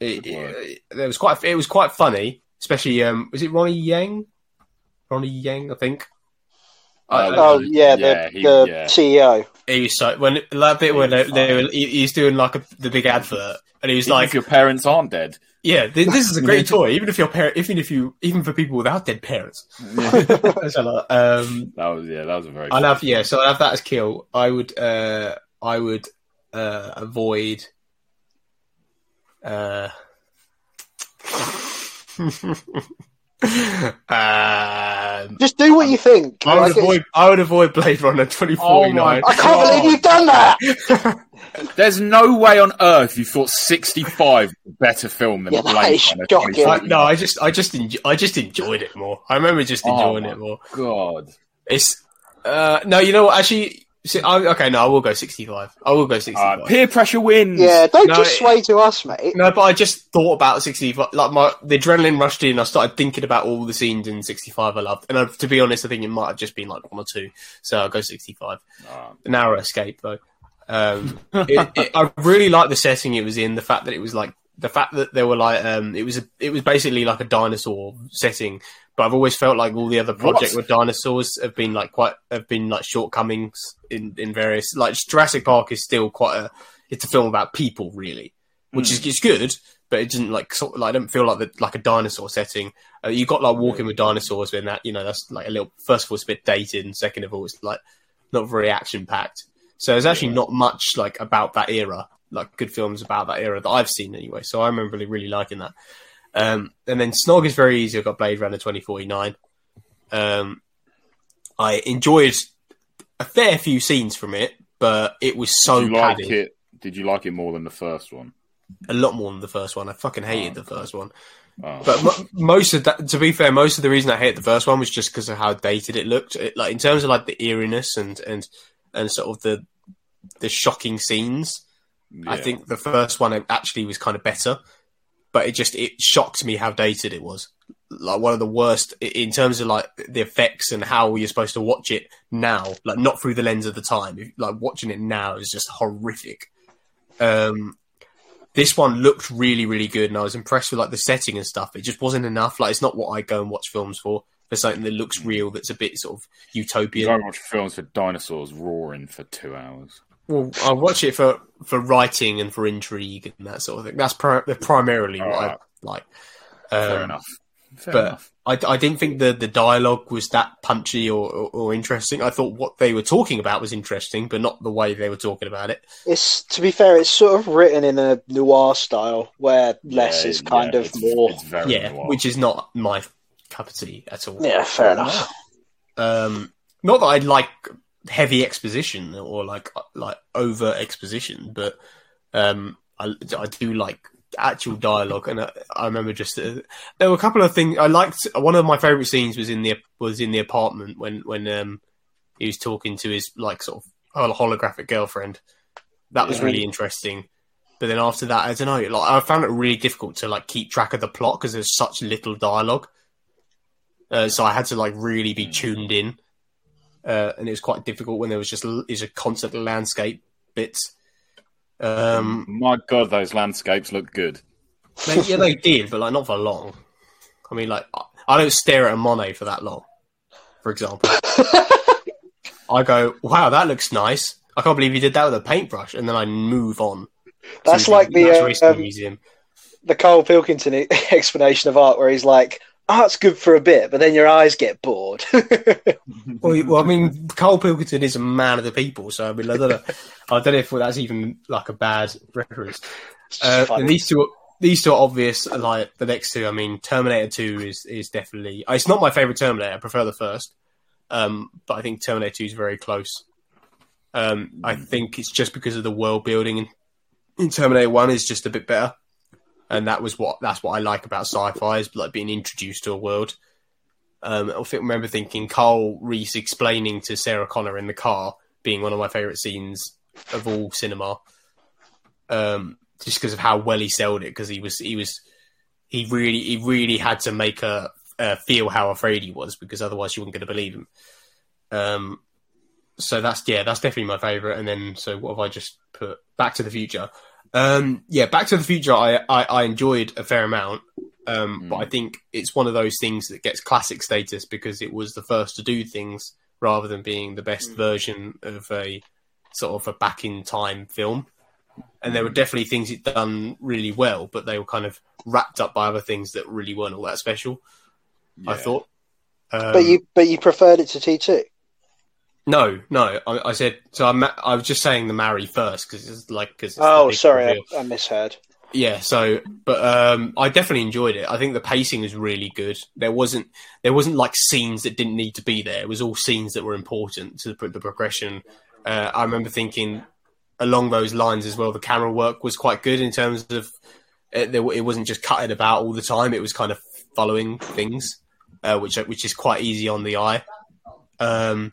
Speaker 1: it,
Speaker 2: Good work.
Speaker 1: it, there was quite it was quite funny, especially um, was it Ronnie Yang? Ronnie Yang, I think. I- I-
Speaker 3: <laughs> oh yeah, the,
Speaker 2: Yeah, he-
Speaker 3: the E
Speaker 2: yeah.
Speaker 3: CEO.
Speaker 1: he was so when like bit
Speaker 2: He
Speaker 1: when they,
Speaker 2: was
Speaker 1: they
Speaker 2: fine.
Speaker 1: were, he, he was doing like a, the big advert, and he was
Speaker 2: Even
Speaker 1: like,
Speaker 2: if your parents aren't dead.
Speaker 1: "Yeah, thi- this is a <laughs> great toy, even if your parent, even if you, even for people without dead <laughs> parents."
Speaker 2: that
Speaker 1: So, like, um,
Speaker 2: was yeah. <laughs> That was a very.
Speaker 1: I'd have yeah, so I'd have that as kill. I would uh I would uh avoid uh <laughs> um,
Speaker 3: Just do what you think.
Speaker 1: I Oh would
Speaker 3: Like,
Speaker 1: avoid I would avoid Blade Runner twenty forty nine.
Speaker 3: I can't believe you've done that.
Speaker 2: There's no way on earth you thought 65 was a better film than
Speaker 3: Yeah, that
Speaker 2: Blade
Speaker 3: is
Speaker 2: Runner.
Speaker 3: shocking.
Speaker 2: 2049.
Speaker 1: I, no, I just I just enjo- I just enjoyed it more. I remember just
Speaker 2: Oh,
Speaker 1: enjoying
Speaker 2: my-
Speaker 1: it more.
Speaker 2: God.
Speaker 1: It's uh no, you know what? Actually, si- I, okay, no, I will go sixty five. I will go sixty
Speaker 2: Uh,
Speaker 1: five.
Speaker 2: peer pressure wins.
Speaker 3: Yeah, don't
Speaker 1: No,
Speaker 3: just
Speaker 1: it-
Speaker 3: sway to us, mate.
Speaker 1: No, but I just thought about 65. Like my the adrenaline rushed in. I started thinking about all the scenes in 65 I loved, and I, to be honest, I think it might have just been like one or two. So I'll go 65.
Speaker 2: Oh,
Speaker 1: An hour escape though. Um, it, it, I really liked the setting it was in. The fact that it was like the fact that there were like um, it was a, it was basically like a dinosaur setting. But I've always felt like all the other projects with dinosaurs have been like quite have been like shortcomings in in various like Jurassic Park is still quite a it's a film about people really which is it's good, but it doesn't like sort of, like I don't feel like the, like a dinosaur setting. Uh, you got like walking with dinosaurs, and that you know that's like a little. First of all, it's a bit dated, and second of all, it's like not very action packed. So there's actually not much like about that era, like good films about that era that I've seen anyway. So I remember really, really liking that. Um, and then Snog is very easy. I got Blade Runner 2049. Um, I enjoyed a fair few scenes from it, but it was so
Speaker 2: Did you like
Speaker 1: padded
Speaker 2: it? Did you like it more than the first one?
Speaker 1: a lot more than the first one. I fucking hated the first one.
Speaker 2: Oh.
Speaker 1: But mo- most of that, to be fair, most of the reason I hated the first one was just because of how dated it looked. It, like in terms of like the eeriness and and and sort of the the shocking scenes. I
Speaker 2: Yeah.
Speaker 1: think the first one actually was kind of better, but it just it shocked me how dated it was. Like one of the worst i- in terms of like the effects and how you're supposed to watch it now, like not through the lens of the time. Like watching it now is just horrific. Um, this one looked really, really good, and I was impressed with like the setting and stuff. It just wasn't enough. Like, it's not what I go and watch films for. For something that looks real, that's a bit sort of
Speaker 2: You
Speaker 1: utopian.
Speaker 2: don't watch films with dinosaurs roaring for two hours.
Speaker 1: Well, I watch it for, for writing and for intrigue and that sort of thing. That's pri- primarily what I
Speaker 2: Alright.
Speaker 1: like.
Speaker 2: Fair
Speaker 1: Um,
Speaker 2: enough. Fair
Speaker 1: but-
Speaker 2: enough.
Speaker 1: I, I didn't think the, the dialogue was that punchy or, or, or interesting. I thought what they were talking about was interesting, but not the way they were talking about it.
Speaker 3: It's to be fair, it's sort of written in a noir style where less
Speaker 2: Yeah,
Speaker 3: is kind
Speaker 2: yeah,
Speaker 3: of
Speaker 2: it's-
Speaker 3: more.
Speaker 2: it's very
Speaker 1: yeah,
Speaker 2: noir.
Speaker 1: which is not my cup of tea at all.
Speaker 3: Yeah, fair enough.
Speaker 1: Um, not that I like heavy exposition or like like over exposition, but um, I, I do like actual dialogue. And I, I remember just uh, there were a couple of things I liked. One of my favorite scenes was in the was in the apartment when when um, he was talking to his like sort of holographic girlfriend. That was
Speaker 2: Yeah.
Speaker 1: really interesting. But then after that, I don't know. Like I found it really difficult to like keep track of the plot because there's such little dialogue. Uh, so I had to like really be
Speaker 2: Mm.
Speaker 1: tuned in, uh, and it was quite difficult when there was just l- is a constant landscape bits. Um,
Speaker 2: My God, those landscapes look good.
Speaker 1: they- yeah, they did, but like not for long. I mean, like I- I don't stare at a Monet for that long. For
Speaker 3: <laughs>
Speaker 1: example, I go, "Wow, that looks nice." I can't believe you did that with a paintbrush, and then I move on. to
Speaker 3: That's like the,
Speaker 1: Natural
Speaker 3: uh,
Speaker 1: History
Speaker 3: um,
Speaker 1: museum.
Speaker 3: the Carl Pilkington e- <laughs> explanation of art, where he's like, "Art's good for a bit, but then your eyes get bored." <laughs>
Speaker 1: Well, you- well, I mean, Cole Pilkington is a man of the people, so I mean, I don't <laughs> know, I don't know if that's even like a bad reference.
Speaker 3: It's just
Speaker 1: Uh,
Speaker 3: funny.
Speaker 1: and these two, are, these two are obvious. Like the next two, I mean, Terminator Two is is definitely. uh, It's not my favorite Terminator. I prefer the first, um, but I think Terminator Two is very close. Um, I
Speaker 3: Mm.
Speaker 1: think it's just because of the world building in, in Terminator One is just a bit better, and that was what that's what I like about sci-fi is like being introduced to a world. Um, I think- remember thinking Carl Reese explaining to Sarah Connor in the car being one of my favorite scenes of all cinema um, just because of how well he sold it. Because he was he was he really he really had to make her uh, feel how afraid he was, because otherwise she wasn't going to believe him. Um, so that's yeah, that's definitely my favorite. And then so what have I just put? Back to the Future. Um, yeah, Back to the Future. I I, I enjoyed a fair amount. Um, But
Speaker 2: Mm.
Speaker 1: I think it's one of those things that gets classic status because it was the first to do things rather than being the best
Speaker 4: Mm.
Speaker 1: version of a sort of a back in time film. And there were definitely things it done really well, but they were kind of wrapped up by other things that really weren't all that special. I
Speaker 2: Yeah.
Speaker 1: thought. Um,
Speaker 3: but you, but you preferred it to T two.
Speaker 1: no, no. I, I said so. I, ma- I was just saying the marry first because it's like because
Speaker 3: Oh, sorry, I, I misheard.
Speaker 1: yeah. So, but um, I definitely enjoyed it. I think the pacing was really good. There wasn't there wasn't like scenes that didn't need to be there. It was all scenes that were important to the, the progression. Uh, I remember thinking along those lines as well. The camera work was quite good in terms of it, there, it wasn't just cutting about all the time. It was kind of following things, uh, which which is quite easy on the eye. Um,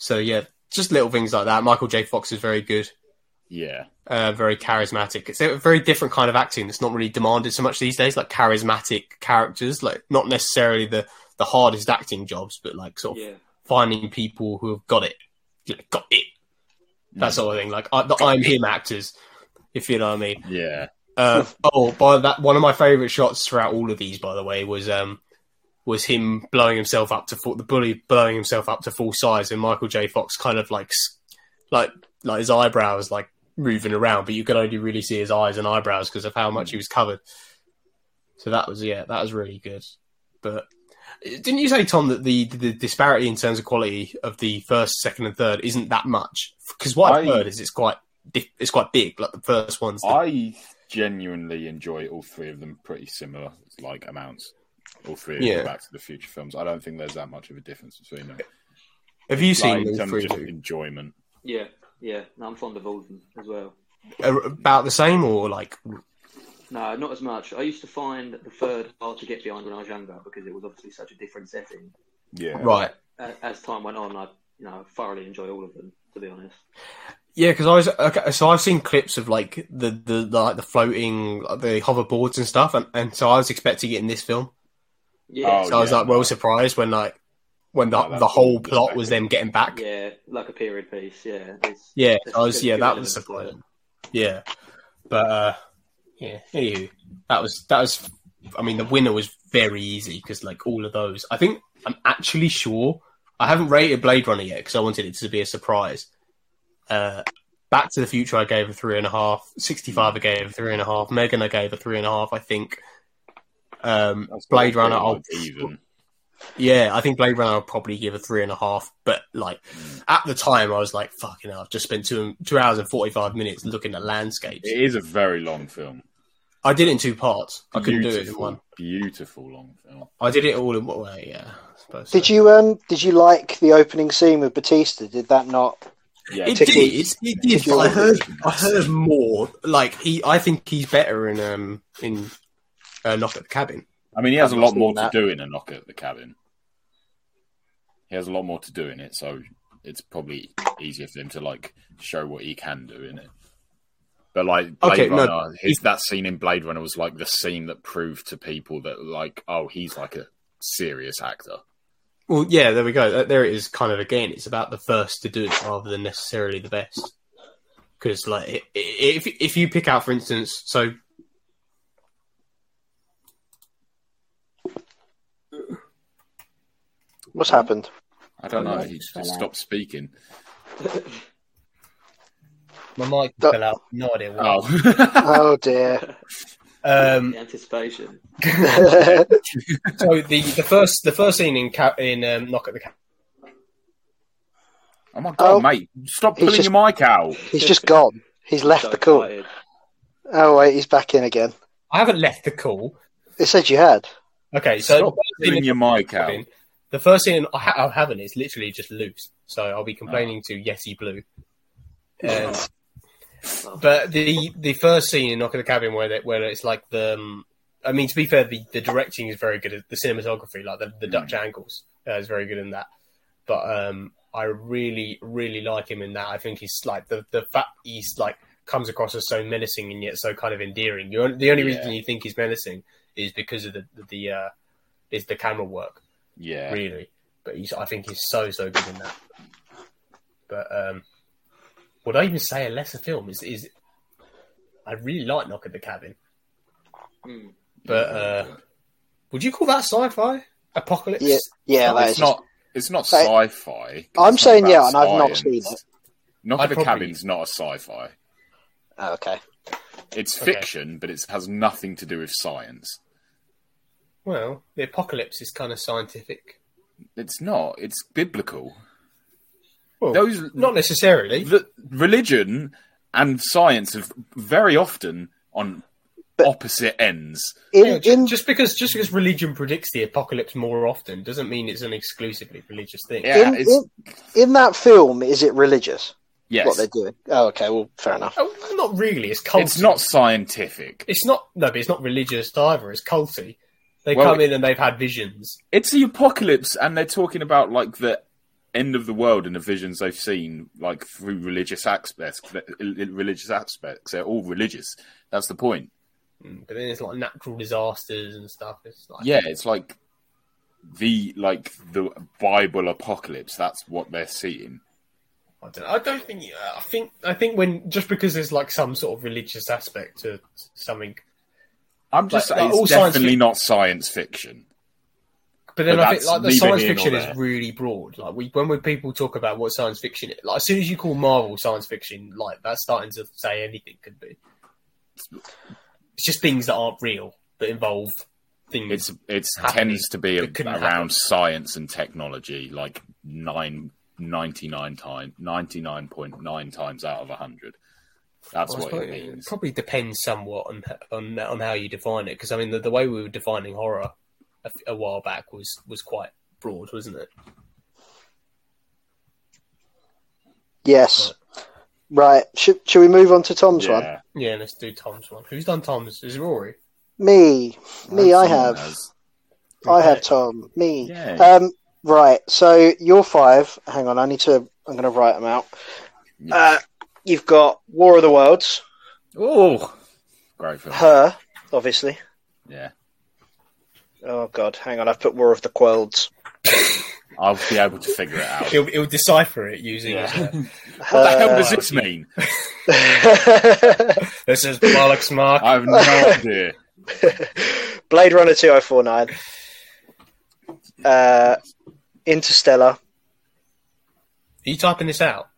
Speaker 1: so yeah, just little things like that. Michael J. Fox is very good
Speaker 2: Yeah.
Speaker 1: uh, very charismatic. It's a very different kind of acting that's not really demanded so much these days, like charismatic characters, like not necessarily the, the hardest acting jobs, but like sort of
Speaker 4: Yeah.
Speaker 1: finding people who have got it, you know, got it, that
Speaker 2: Mm.
Speaker 1: sort of thing. Like I, the I'm him actors, if you know what I mean.
Speaker 2: Yeah.
Speaker 1: Uh, <laughs> oh, by that one of my favourite shots throughout all of these, by the way, was um was him blowing himself up to full, the bully blowing himself up to full size, and Michael J. Fox kind of like s- like like his eyebrows like moving around, but you could only really see his eyes and eyebrows because of how much he was covered. So that was yeah, that was really good. But eh, didn't you say Tom that the the disparity in terms of quality of the first, second, and third isn't that much? Because what I've
Speaker 2: I-
Speaker 1: heard is it's quite di- it's quite big. Like the first one's the
Speaker 2: I genuinely enjoy all three of them pretty similar like amounts. All three of
Speaker 1: Yeah.
Speaker 2: the Back to the Future films. I don't think there's that much of a difference between them.
Speaker 1: Have you
Speaker 2: Like,
Speaker 1: seen
Speaker 2: in
Speaker 1: all
Speaker 2: terms
Speaker 1: three
Speaker 2: of
Speaker 1: of
Speaker 2: just
Speaker 1: them?
Speaker 2: enjoyment.
Speaker 4: <laughs> Yeah, yeah. No, I'm fond of all of them as well.
Speaker 1: Are uh, about the same or like?
Speaker 4: No, not as much. I used to find the third hard to get behind when I was younger because it was obviously such a different setting.
Speaker 2: Yeah.
Speaker 1: Right.
Speaker 4: A- As time went on, I you know thoroughly enjoy all of them. To be honest,
Speaker 1: Yeah, because I was okay, so I've seen clips of like the the, the like the floating like, the hoverboards and stuff, and, and so I was expecting it in this film.
Speaker 4: yeah,
Speaker 2: Oh,
Speaker 1: so I was
Speaker 2: yeah. Oh,
Speaker 1: like well surprised when like when the
Speaker 2: No, that's
Speaker 1: the whole
Speaker 2: cool.
Speaker 1: plot was them getting back.
Speaker 4: yeah, like a period piece. Yeah, it's,
Speaker 1: Oh. Yeah,
Speaker 4: There's
Speaker 1: I was
Speaker 4: good-
Speaker 1: yeah
Speaker 4: good
Speaker 1: that
Speaker 4: elements
Speaker 1: was
Speaker 4: to it.
Speaker 1: surprising. Yeah, but uh Yeah. Anywho, that was that was. I mean, the winner was very easy because like all of those. I think I'm actually sure. I haven't rated Blade Runner yet because I wanted it to be a surprise. Uh, Back to the Future, I gave a three and a half. 65, I gave a three and a half. Megan, I gave a three and a half. I think. Um,
Speaker 2: That's
Speaker 1: Blade
Speaker 2: probably
Speaker 1: Runner, I'll,
Speaker 2: not even.
Speaker 1: yeah, I think Blade Runner I'll probably give a three and a half. But like at the time, I was like, "Fucking, hell, I've just spent two two hours and forty five minutes looking at landscapes."
Speaker 2: It is a very long film.
Speaker 1: I did it in two parts. I couldn't do it in
Speaker 2: Beautiful,
Speaker 1: one.
Speaker 2: Beautiful long film.
Speaker 1: I did it all in one way. Yeah, I suppose.
Speaker 3: Did
Speaker 1: so.
Speaker 3: you um did you like the opening scene with Batista? Did that not?
Speaker 2: Yeah,
Speaker 1: It did.
Speaker 3: Particularly-
Speaker 1: It, it did.
Speaker 3: particularly-
Speaker 1: But I heard. I heard more. Like he, I think he's better in um in uh, Knock at the Cabin.
Speaker 2: I mean, he has a
Speaker 3: I've
Speaker 2: lot
Speaker 3: seen
Speaker 2: more
Speaker 3: that.
Speaker 2: to do in a knock at the cabin. He has a lot more to do in it, so it's probably easier for him to like show what he can do in it. But like Blade
Speaker 1: Okay, no,
Speaker 2: Runner, his, that scene in Blade Runner was like the scene that proved to people that like, oh, he's like a serious actor.
Speaker 1: Well, yeah, there we go. Uh, There it is. Kind of again, it's about the first to do it rather than necessarily the best. Because like, i- i- if if you pick out, for instance, so
Speaker 3: What's happened?
Speaker 2: I don't
Speaker 4: Oh,
Speaker 2: know.
Speaker 4: yeah.
Speaker 2: He just stopped speaking.
Speaker 1: my mic
Speaker 3: That-
Speaker 1: fell out. No idea why.
Speaker 2: Oh, <laughs>
Speaker 3: Oh <laughs> dear.
Speaker 1: Um,
Speaker 4: the anticipation.
Speaker 3: That's
Speaker 1: so the, the first the first scene in ca- in um, Knock at the Cabin.
Speaker 2: oh my god,
Speaker 3: Oh.
Speaker 2: mate! Stop
Speaker 3: He's
Speaker 2: pulling
Speaker 3: just-
Speaker 2: your mic out.
Speaker 3: He's just gone. He's left
Speaker 4: So
Speaker 3: the call.
Speaker 4: excited.
Speaker 3: Oh wait, he's back in again.
Speaker 1: I haven't left the call.
Speaker 3: It said you had.
Speaker 1: Okay, so
Speaker 2: Stop
Speaker 1: the first
Speaker 2: pulling
Speaker 1: scene-
Speaker 2: your mic out.
Speaker 1: in. The first thing I, ha- I haven't is literally just loose, so I'll be complaining to Yeti Blue. Um,
Speaker 4: Oh,
Speaker 1: but the the first scene in Knock at the Cabin where they, where it's like the, um, I mean to be fair, the, the directing is very good. The cinematography, like the, the
Speaker 2: Mm.
Speaker 1: Dutch angles, uh, is very good in that. But um, I really really like him in that. I think he's like the the fact he's like comes across as so menacing and yet so kind of endearing. You're, the only
Speaker 2: Yeah.
Speaker 1: reason you think he's menacing is because of the the uh, is the camera work
Speaker 2: Yeah,
Speaker 1: really. But he's, I think he's so so good in that. But um, would I even say a lesser film? Is is I really like Knock at the Cabin.
Speaker 4: Mm.
Speaker 1: But uh, would you call that sci-fi? Apocalypse?
Speaker 3: Yeah, yeah, that
Speaker 2: it's
Speaker 3: is.
Speaker 2: not. It's not
Speaker 3: That-
Speaker 2: sci-fi. 'cause
Speaker 3: I'm
Speaker 2: it's not
Speaker 3: saying
Speaker 2: about
Speaker 3: yeah, and I've not
Speaker 2: science.
Speaker 3: seen it.
Speaker 2: Knock
Speaker 1: I'd
Speaker 2: at the
Speaker 1: probably-
Speaker 2: Cabin's not a sci-fi.
Speaker 3: Oh, okay.
Speaker 2: It's
Speaker 1: Okay.
Speaker 2: fiction, but it has nothing to do with science.
Speaker 1: Well, the apocalypse is kind of scientific.
Speaker 2: It's not. It's biblical.
Speaker 1: Well,
Speaker 2: Those
Speaker 1: not necessarily.
Speaker 2: the- religion and science are very often on
Speaker 3: But-
Speaker 2: opposite ends.
Speaker 3: In
Speaker 1: Yeah, ju-
Speaker 3: in
Speaker 1: just because just because religion predicts the apocalypse more often doesn't mean it's an exclusively religious thing.
Speaker 2: Yeah,
Speaker 3: in,
Speaker 2: it's
Speaker 3: in, in that film, is it religious what
Speaker 2: yes.
Speaker 3: they're doing? Oh, okay. Well, fair enough.
Speaker 1: Oh, not really. It's cult.
Speaker 2: It's not scientific.
Speaker 1: It's not. No, but it's not religious either. It's culty. They
Speaker 2: Well,
Speaker 1: come in and they've had visions.
Speaker 2: It's the apocalypse, and they're talking about like the end of the world and the visions they've seen, like through religious aspects. Religious aspects. They're all religious. That's the point.
Speaker 1: Mm, But then it's like natural disasters and stuff. It's like
Speaker 2: yeah, it's like the like the Bible apocalypse. That's what they're seeing.
Speaker 1: I don't. Know, I don't think. I think. I think when just because there's like some sort of religious aspect to something,
Speaker 2: I'm just
Speaker 1: Like- like
Speaker 2: saying
Speaker 1: uh, all
Speaker 2: it's
Speaker 1: science
Speaker 2: definitely
Speaker 1: fic-
Speaker 2: not science fiction.
Speaker 1: but then
Speaker 2: But
Speaker 1: I think
Speaker 2: that's
Speaker 1: like the
Speaker 2: neither
Speaker 1: science
Speaker 2: here nor
Speaker 1: fiction is
Speaker 2: there.
Speaker 1: really broad. Like we, when we people talk about what science fiction, is, like as soon as you call Marvel science fiction, like that's starting to say anything could be. It's just things that aren't real that involve things.
Speaker 2: It's it's
Speaker 1: Happening.
Speaker 2: tends to be a,
Speaker 1: It couldn't
Speaker 2: around
Speaker 1: happen.
Speaker 2: science and technology, like nine. 99 time 99.9 times out of 100 that's
Speaker 1: Well, I
Speaker 2: what it
Speaker 1: suppose
Speaker 2: means
Speaker 1: probably depends somewhat on on on how you define it. Because I mean, the, the way we were defining horror a, a while back was was quite broad, wasn't it?
Speaker 3: Yes. Right. Should should we move on to Tom's one?
Speaker 2: yeah.
Speaker 1: Yeah, let's do Tom's one. Who's done Tom's? Is it Rory?
Speaker 3: Me, me. I
Speaker 2: Someone
Speaker 3: have.
Speaker 2: has-
Speaker 3: I have Tom. Me.
Speaker 2: Yeah.
Speaker 3: Um. Right. So your five. Hang on. I need to. I'm going to write them out.
Speaker 2: Yeah.
Speaker 3: Uh, you've got War of the Worlds.
Speaker 2: oh great film
Speaker 3: Her, obviously.
Speaker 2: yeah
Speaker 3: Oh God. Hang on. I've put War of the Worlds.
Speaker 2: i'll be able to figure it out
Speaker 1: He'll, he'll decipher it using.
Speaker 2: Yeah.
Speaker 1: his, uh,
Speaker 2: what the hell
Speaker 3: Her.
Speaker 2: does this mean
Speaker 3: I
Speaker 1: This is bollocks, <laughs> Mark.
Speaker 2: I have no idea.
Speaker 3: <laughs> Blade Runner 2049. Uh, Interstellar.
Speaker 1: Are you typing this out?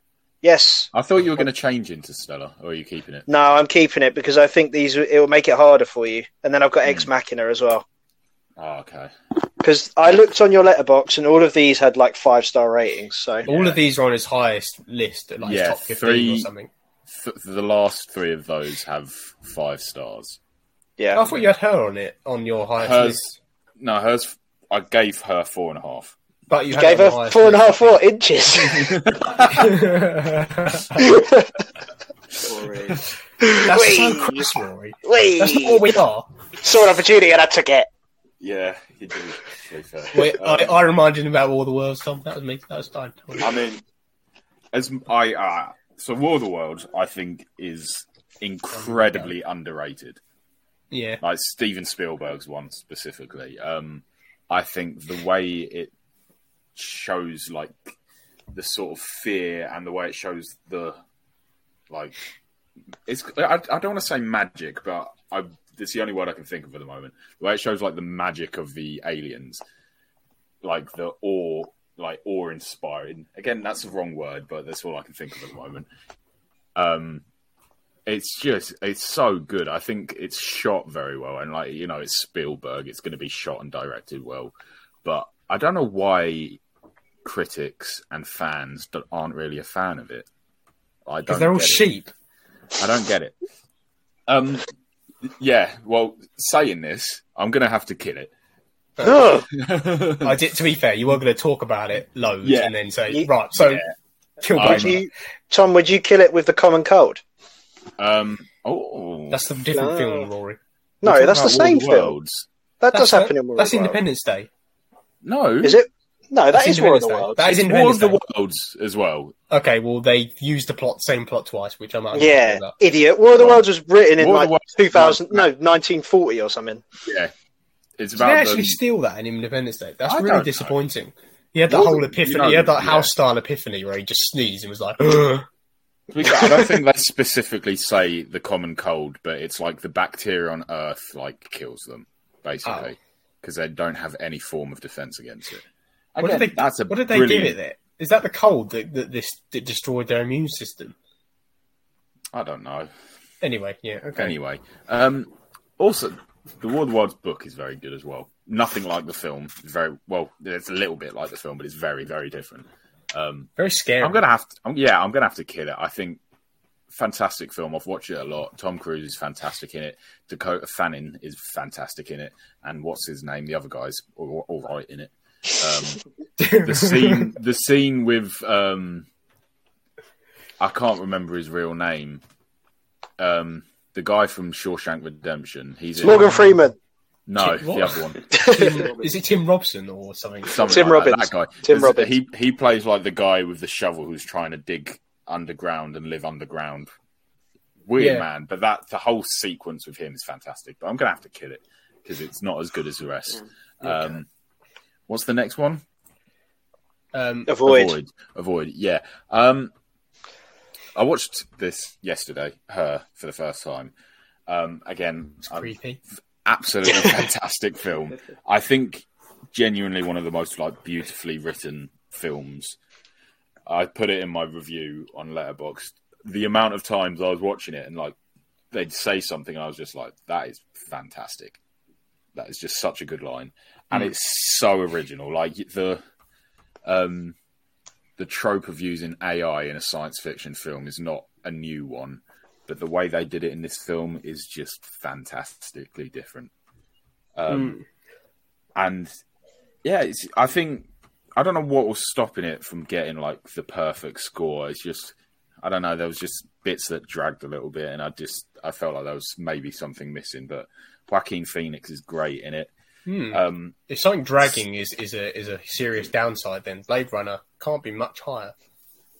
Speaker 3: Yes.
Speaker 2: I thought you were going to change Interstellar, or are you keeping it?
Speaker 3: No, I'm keeping it because I think these it will make it harder for you. And then I've got
Speaker 1: Hmm.
Speaker 3: Ex Machina as well.
Speaker 2: Oh, okay.
Speaker 3: Because I looked on your letterbox and all of these had like five star ratings. So
Speaker 1: All of these are on his highest list, like his
Speaker 2: Yeah,
Speaker 1: top 15 or
Speaker 2: three-
Speaker 1: something.
Speaker 2: Th- the last three of those have five stars.
Speaker 1: I
Speaker 3: yeah,
Speaker 1: thought you had her on it, on your highest
Speaker 2: Hers-
Speaker 1: list.
Speaker 2: No, hers. I gave her four and a half.
Speaker 1: But you,
Speaker 3: you
Speaker 1: had
Speaker 3: gave
Speaker 1: it
Speaker 3: her
Speaker 1: on the
Speaker 3: four and a half four inches.
Speaker 1: highest list. <laughs>
Speaker 4: Sorry.
Speaker 1: That's so
Speaker 3: Whee!
Speaker 1: cross, Rory.
Speaker 3: Whee!
Speaker 1: That's not what we are.
Speaker 3: Saw an opportunity and I took it.
Speaker 2: Yeah, you do. to be fair.
Speaker 1: Wait, I,
Speaker 2: <laughs> Um,
Speaker 1: I reminded him about War of the Worlds, Tom. That was me. That was I.
Speaker 2: I mean, as m- I uh, so War of the Worlds, I think is incredibly underrated.
Speaker 1: Yeah.
Speaker 2: Like Steven Spielberg's one specifically. Um, I think the way it shows like the sort of fear and the way it shows the like it's I, I don't want to say magic, but I it's the only word I can think of at the moment. The way it shows like the magic of the aliens, like the awe, like awe inspiring. Again, that's the wrong word, but that's all I can think of at the moment. Um, it's just it's so good. I think it's shot very well, and like you know, it's Spielberg. It's going to be shot and directed well, but I don't know why critics and fans don't- aren't really a fan of it. I don't.
Speaker 1: Because they're all
Speaker 2: get it.
Speaker 1: sheep.
Speaker 2: I don't get it. Um, yeah. Well, saying this, I'm gonna have to kill it.
Speaker 3: Ugh.
Speaker 1: <laughs> I did, to be fair, you were going to talk about it loads
Speaker 2: Yeah.
Speaker 1: and then say,
Speaker 3: You-
Speaker 1: right, so
Speaker 2: Yeah.
Speaker 1: kill
Speaker 2: I
Speaker 3: Would
Speaker 1: Blade.
Speaker 2: know.
Speaker 3: you, Tom, would you kill it with the common cold?
Speaker 2: um. Oh,
Speaker 1: That's the different
Speaker 3: No.
Speaker 1: film, Rory.
Speaker 3: No,
Speaker 2: We're
Speaker 3: that's the
Speaker 2: talking about
Speaker 3: same
Speaker 2: War of the
Speaker 3: film.
Speaker 2: Worlds.
Speaker 3: That
Speaker 1: That's-
Speaker 3: does happen in War
Speaker 1: That's
Speaker 3: of the Worlds.
Speaker 1: Independence Day.
Speaker 2: No,
Speaker 3: Is it? No, that
Speaker 1: That's
Speaker 3: is War of
Speaker 1: Independence
Speaker 3: the
Speaker 1: Day.
Speaker 3: Worlds.
Speaker 1: That is
Speaker 2: It's War
Speaker 1: Independence
Speaker 2: of the
Speaker 1: Day.
Speaker 2: Worlds as well.
Speaker 1: Okay, well, they used the plot, same plot twice, which I'm not
Speaker 3: Yeah,
Speaker 1: about.
Speaker 3: idiot. War of the
Speaker 2: Well,
Speaker 3: Worlds was written in
Speaker 2: War of the
Speaker 3: like
Speaker 2: Worlds-
Speaker 3: 2000, no, 1940 or something.
Speaker 2: Yeah, it's
Speaker 1: Did they
Speaker 2: about
Speaker 1: actually
Speaker 2: the.
Speaker 1: steal that in Independence Day? That's
Speaker 2: I don't
Speaker 1: really
Speaker 2: know.
Speaker 1: disappointing. He had that
Speaker 2: Well,
Speaker 1: whole
Speaker 2: you
Speaker 1: epiphany.
Speaker 2: know,
Speaker 1: he had that
Speaker 2: yeah.
Speaker 1: house style epiphany where he just sneezed and was like,
Speaker 2: <laughs>
Speaker 1: "Ugh."
Speaker 2: to be fair, I don't think they specifically say the common cold, but it's like the bacteria on Earth like kills them basically because they don't have any form of defense against it.
Speaker 1: Oh. What did
Speaker 2: Again,
Speaker 1: they-
Speaker 2: that's a
Speaker 1: what did they
Speaker 2: brilliant,
Speaker 1: give it there? Is that the cold that, that this that destroyed their immune system?
Speaker 2: I don't know.
Speaker 1: Anyway, yeah, okay.
Speaker 2: Anyway, um, also the War of the Worlds book is very good as well. Nothing like the film. Very well. It's a little bit like the film, but it's very very different. Um,
Speaker 1: Very scary. <laughs>
Speaker 2: I'm gonna have to. um, Yeah, I'm gonna have to kill it. I think fantastic film. I've watched it a lot. Tom Cruise is fantastic in it. Dakota Fanning is fantastic in it. And what's his name? The other guys all, all right in it. Um, the scene, the scene with um, I can't remember his real name. Um, the guy from Shawshank Redemption. He's in,
Speaker 3: Morgan Freeman.
Speaker 2: no,
Speaker 1: Tim-
Speaker 2: the
Speaker 1: what?
Speaker 2: other one.
Speaker 3: <laughs>
Speaker 1: Tim- is it Tim Robson or something?
Speaker 2: Something
Speaker 3: Tim
Speaker 2: like that,
Speaker 3: Robbins.
Speaker 2: That, guy.
Speaker 3: Tim
Speaker 2: Is-
Speaker 3: Robbins.
Speaker 2: He he plays like the guy with the shovel who's trying to dig underground and live underground. Weird
Speaker 1: Yeah.
Speaker 2: man, but that the whole sequence with him is fantastic. But I'm gonna have to kill it because it's not as good as the rest. Um, what's the next one?
Speaker 1: Um,
Speaker 3: Avoid. <laughs>
Speaker 2: Avoid. Avoid. Yeah. Um, I watched this yesterday. Her for the first time. Um, again,
Speaker 1: it's
Speaker 2: I'm-
Speaker 1: creepy.
Speaker 2: absolutely fantastic film. I think genuinely one of the most like beautifully written films. I put it in my review on Letterboxd. The amount of times I was watching it and like they'd say something, and I was just like, "That is fantastic." That is just such a good line, and
Speaker 1: Mm.
Speaker 2: it's so original. Like the um, the trope of using AI in a science fiction film is not a new one, but the way they did it in this film is just fantastically different. Um, And yeah, it's, I think I don't know what was stopping it from getting like the perfect score. It's just I don't know. There was just bits that dragged a little bit, and I just I felt like there was maybe something missing. But Joaquin Phoenix is great in it.
Speaker 1: Hmm.
Speaker 2: Um,
Speaker 1: if something dragging is, is a is a serious downside, then Blade Runner can't be much higher.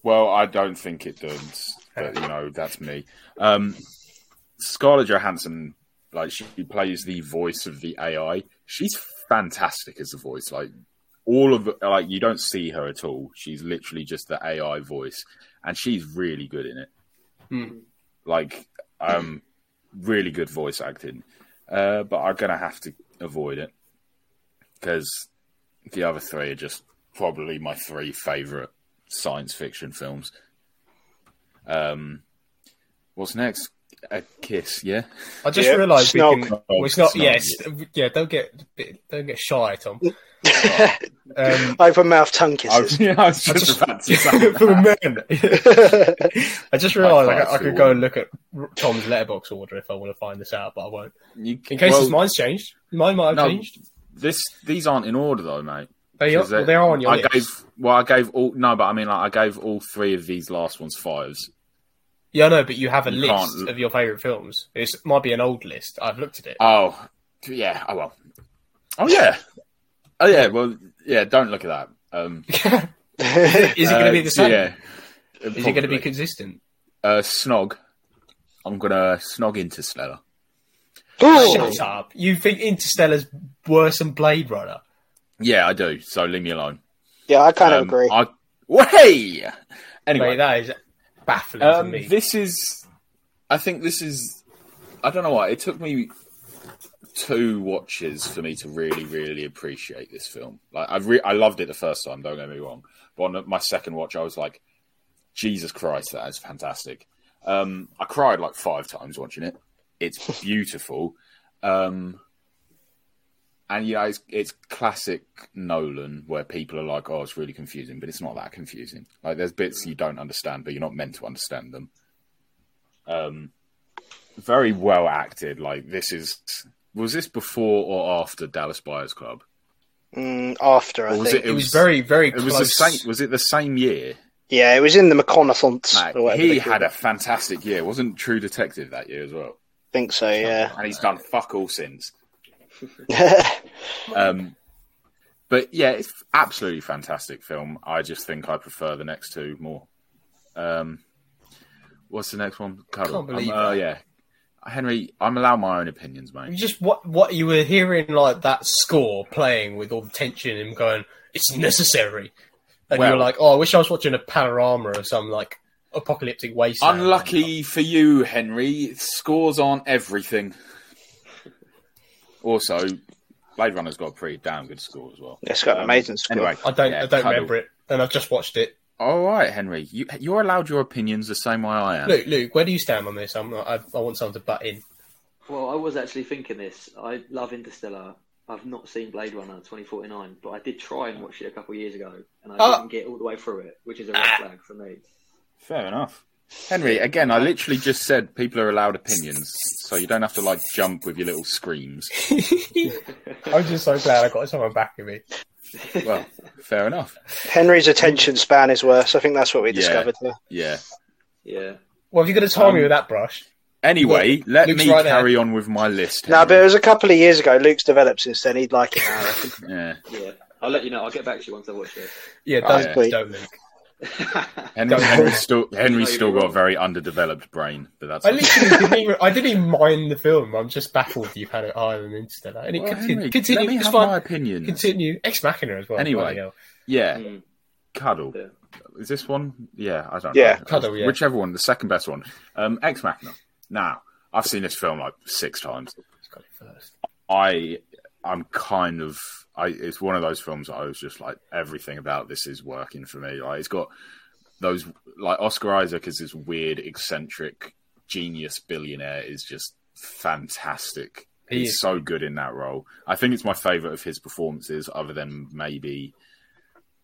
Speaker 2: Well, I don't think it does, but you know that's me. Um, Scarlett Johansson, like she plays the voice of the AI. She's fantastic as the voice. Like all of like you don't see her at all. She's literally just the AI voice, and she's really good in it.
Speaker 1: Hmm.
Speaker 2: Like um, really good voice acting, uh, but I'm gonna have to avoid it because the other three are just probably my three favorite science fiction films. Um, what's next? A kiss, yeah.
Speaker 1: I just
Speaker 3: Yeah,
Speaker 1: realised we
Speaker 3: Snog.
Speaker 1: can. Well, it's not.
Speaker 2: Snog.
Speaker 1: Yes. Yeah. Don't get. Don't get shy, Tom.
Speaker 2: <laughs>
Speaker 1: Um,
Speaker 3: Open mouth tongue
Speaker 2: I was, <laughs>
Speaker 3: kisses. <laughs>
Speaker 2: yeah, I was just,
Speaker 1: <laughs>
Speaker 2: about to <laughs> say that.
Speaker 1: for men. <laughs> I just realised
Speaker 2: High
Speaker 1: I,
Speaker 2: five
Speaker 1: I
Speaker 2: to
Speaker 1: could
Speaker 2: all.
Speaker 1: go and look at R- Tom's letterbox order if I want to find this out, but I won't.
Speaker 2: You-
Speaker 1: In case
Speaker 2: well,
Speaker 1: his mine's changed, mine might have
Speaker 2: no,
Speaker 1: changed.
Speaker 2: This these aren't in order though, mate.
Speaker 1: They are,
Speaker 2: 'Cause
Speaker 1: well, they are on your
Speaker 2: I
Speaker 1: list.
Speaker 2: gave well, I gave all no, but I mean, like, I gave all three of these last ones fives.
Speaker 1: yeah, no, but you have a
Speaker 2: You
Speaker 1: list
Speaker 2: can't-
Speaker 1: of your favourite films. It might be an old list. I've looked at it.
Speaker 2: Oh, yeah. Oh well. Oh yeah. Oh yeah. Well, yeah. Don't look at that. Um,
Speaker 1: <laughs> Is it going to
Speaker 2: uh,
Speaker 1: be the same?
Speaker 2: Yeah.
Speaker 1: Is it going to be
Speaker 2: Probably.
Speaker 1: consistent?
Speaker 2: uh, snog? I'm gonna snog Interstellar.
Speaker 3: Ooh.
Speaker 1: Shut up. You think Interstellar's worse than Blade Runner?
Speaker 2: Yeah, I do. So leave me alone.
Speaker 3: Yeah, I kind of
Speaker 2: Um,
Speaker 3: agree.
Speaker 2: I, way. Anyway,
Speaker 1: Mate, that is baffling to
Speaker 2: Um,
Speaker 1: me.
Speaker 2: this is, I think this is, I don't know why it took me two watches for me to really, really appreciate this film. Like I, re- I loved it the first time. Don't get me wrong, but on my second watch, I was like, Jesus Christ, that is fantastic. Um, I cried like five times watching it. It's beautiful, um, and yeah, it's, it's classic Nolan where people are like, "Oh, it's really confusing," but it's not that confusing. Like, there's bits you don't understand, but you're not meant to understand them. Um, very well acted. Like, this is was this before or after Dallas Buyers Club?
Speaker 3: Mm, after, I
Speaker 2: Or was
Speaker 3: think.
Speaker 2: it?
Speaker 1: it, was, very, very
Speaker 2: It
Speaker 1: close.
Speaker 2: was the same. Was it the same year?
Speaker 3: Yeah, it was in the McConathons.
Speaker 2: Like,
Speaker 3: or whatever
Speaker 2: he
Speaker 3: they call
Speaker 2: had
Speaker 3: it.
Speaker 2: a fantastic year. Wasn't True Detective that year as well?
Speaker 3: I think so, yeah.
Speaker 2: And he's done fuck all since. Um, but yeah, it's absolutely fantastic film. I just think I prefer the next two more. Um, what's the next one? Cuddle.
Speaker 1: Can't believe
Speaker 2: Um, uh, yeah, Henry, I'm allowed my own opinions,
Speaker 1: You
Speaker 2: mate.
Speaker 1: just what what you were hearing like that score playing with all the tension and going, it's necessary, and you
Speaker 2: Well-
Speaker 1: were like, oh, I wish I was watching a panorama or some like apocalyptic wasteland.
Speaker 2: Unlucky for you, Henry. Scores on everything. Also, Blade Runner's got a pretty damn good score as well.
Speaker 3: <laughs> it's got an amazing score.
Speaker 2: Um, Anyway,
Speaker 1: I don't
Speaker 2: yeah,
Speaker 1: I don't
Speaker 2: Cuddle.
Speaker 1: remember it, and I've just watched it.
Speaker 2: All right, Henry, you, you're allowed your opinions the same way I am.
Speaker 1: Luke, Luke, where do you stand on this? I'm not, I, I want someone to butt in.
Speaker 4: Well, I was actually thinking this. I love Interstellar. I've not seen Blade Runner 2049, but I did try and watch it a couple of years ago, and I
Speaker 1: Oh.
Speaker 4: didn't get all the way through it, which is a red
Speaker 1: Ah.
Speaker 4: flag for me.
Speaker 2: Fair enough. Henry, again, I literally just said people are allowed opinions, so you don't have to like jump with your little screams.
Speaker 1: I'm just so glad I got someone backing me.
Speaker 2: Well, fair enough.
Speaker 3: Henry's attention span is worse. I think that's what we
Speaker 2: Yeah.
Speaker 3: discovered here.
Speaker 2: Yeah.
Speaker 4: <laughs> Yeah.
Speaker 1: Well, if you're going to tie me
Speaker 2: Um,
Speaker 1: with that brush,
Speaker 2: Anyway, let
Speaker 1: Luke's
Speaker 2: me
Speaker 1: right there.
Speaker 2: carry on with my list.
Speaker 3: No, but it
Speaker 2: Henry.
Speaker 3: was a couple of years ago. Luke's developed since then. He'd like it now. I reckon.
Speaker 2: Yeah.
Speaker 4: Yeah. I'll let you know. I'll get back to you once I've watched it.
Speaker 2: <laughs>
Speaker 1: yeah,
Speaker 2: Oh,
Speaker 1: don't
Speaker 3: yeah.
Speaker 1: don't Luke.
Speaker 2: Henry,
Speaker 1: Don't-
Speaker 2: Henry's still Henry's
Speaker 4: Maybe
Speaker 2: still got a
Speaker 4: wrong.
Speaker 2: very underdeveloped brain, but that's
Speaker 1: I literally didn't even, I didn't even mind the film. I'm just baffled you've had it higher than Interstellar. And it
Speaker 2: Well,
Speaker 1: continue,
Speaker 2: Henry,
Speaker 1: continue,
Speaker 2: let me
Speaker 1: it's
Speaker 2: have
Speaker 1: fine.
Speaker 2: my opinion.
Speaker 1: Continue. Ex Machina as well.
Speaker 2: Anyway.
Speaker 1: bloody hell.
Speaker 2: Yeah,
Speaker 4: Mm.
Speaker 2: cuddle.
Speaker 4: Yeah.
Speaker 2: Is this one? Yeah, I don't
Speaker 3: Yeah.
Speaker 2: know.
Speaker 1: Cuddle, yeah.
Speaker 2: Whichever one, the second best one. Um, Ex Machina. Now, I've seen this film like six times.
Speaker 1: He's got it first.
Speaker 2: I I'm kind of I it's one of those films that I was just like everything about this is working for me. Like it's got those like Oscar Isaac is this weird eccentric genius billionaire is just fantastic.
Speaker 1: He
Speaker 2: He's
Speaker 1: is.
Speaker 2: so good in that role. I think it's my favorite of his performances other than maybe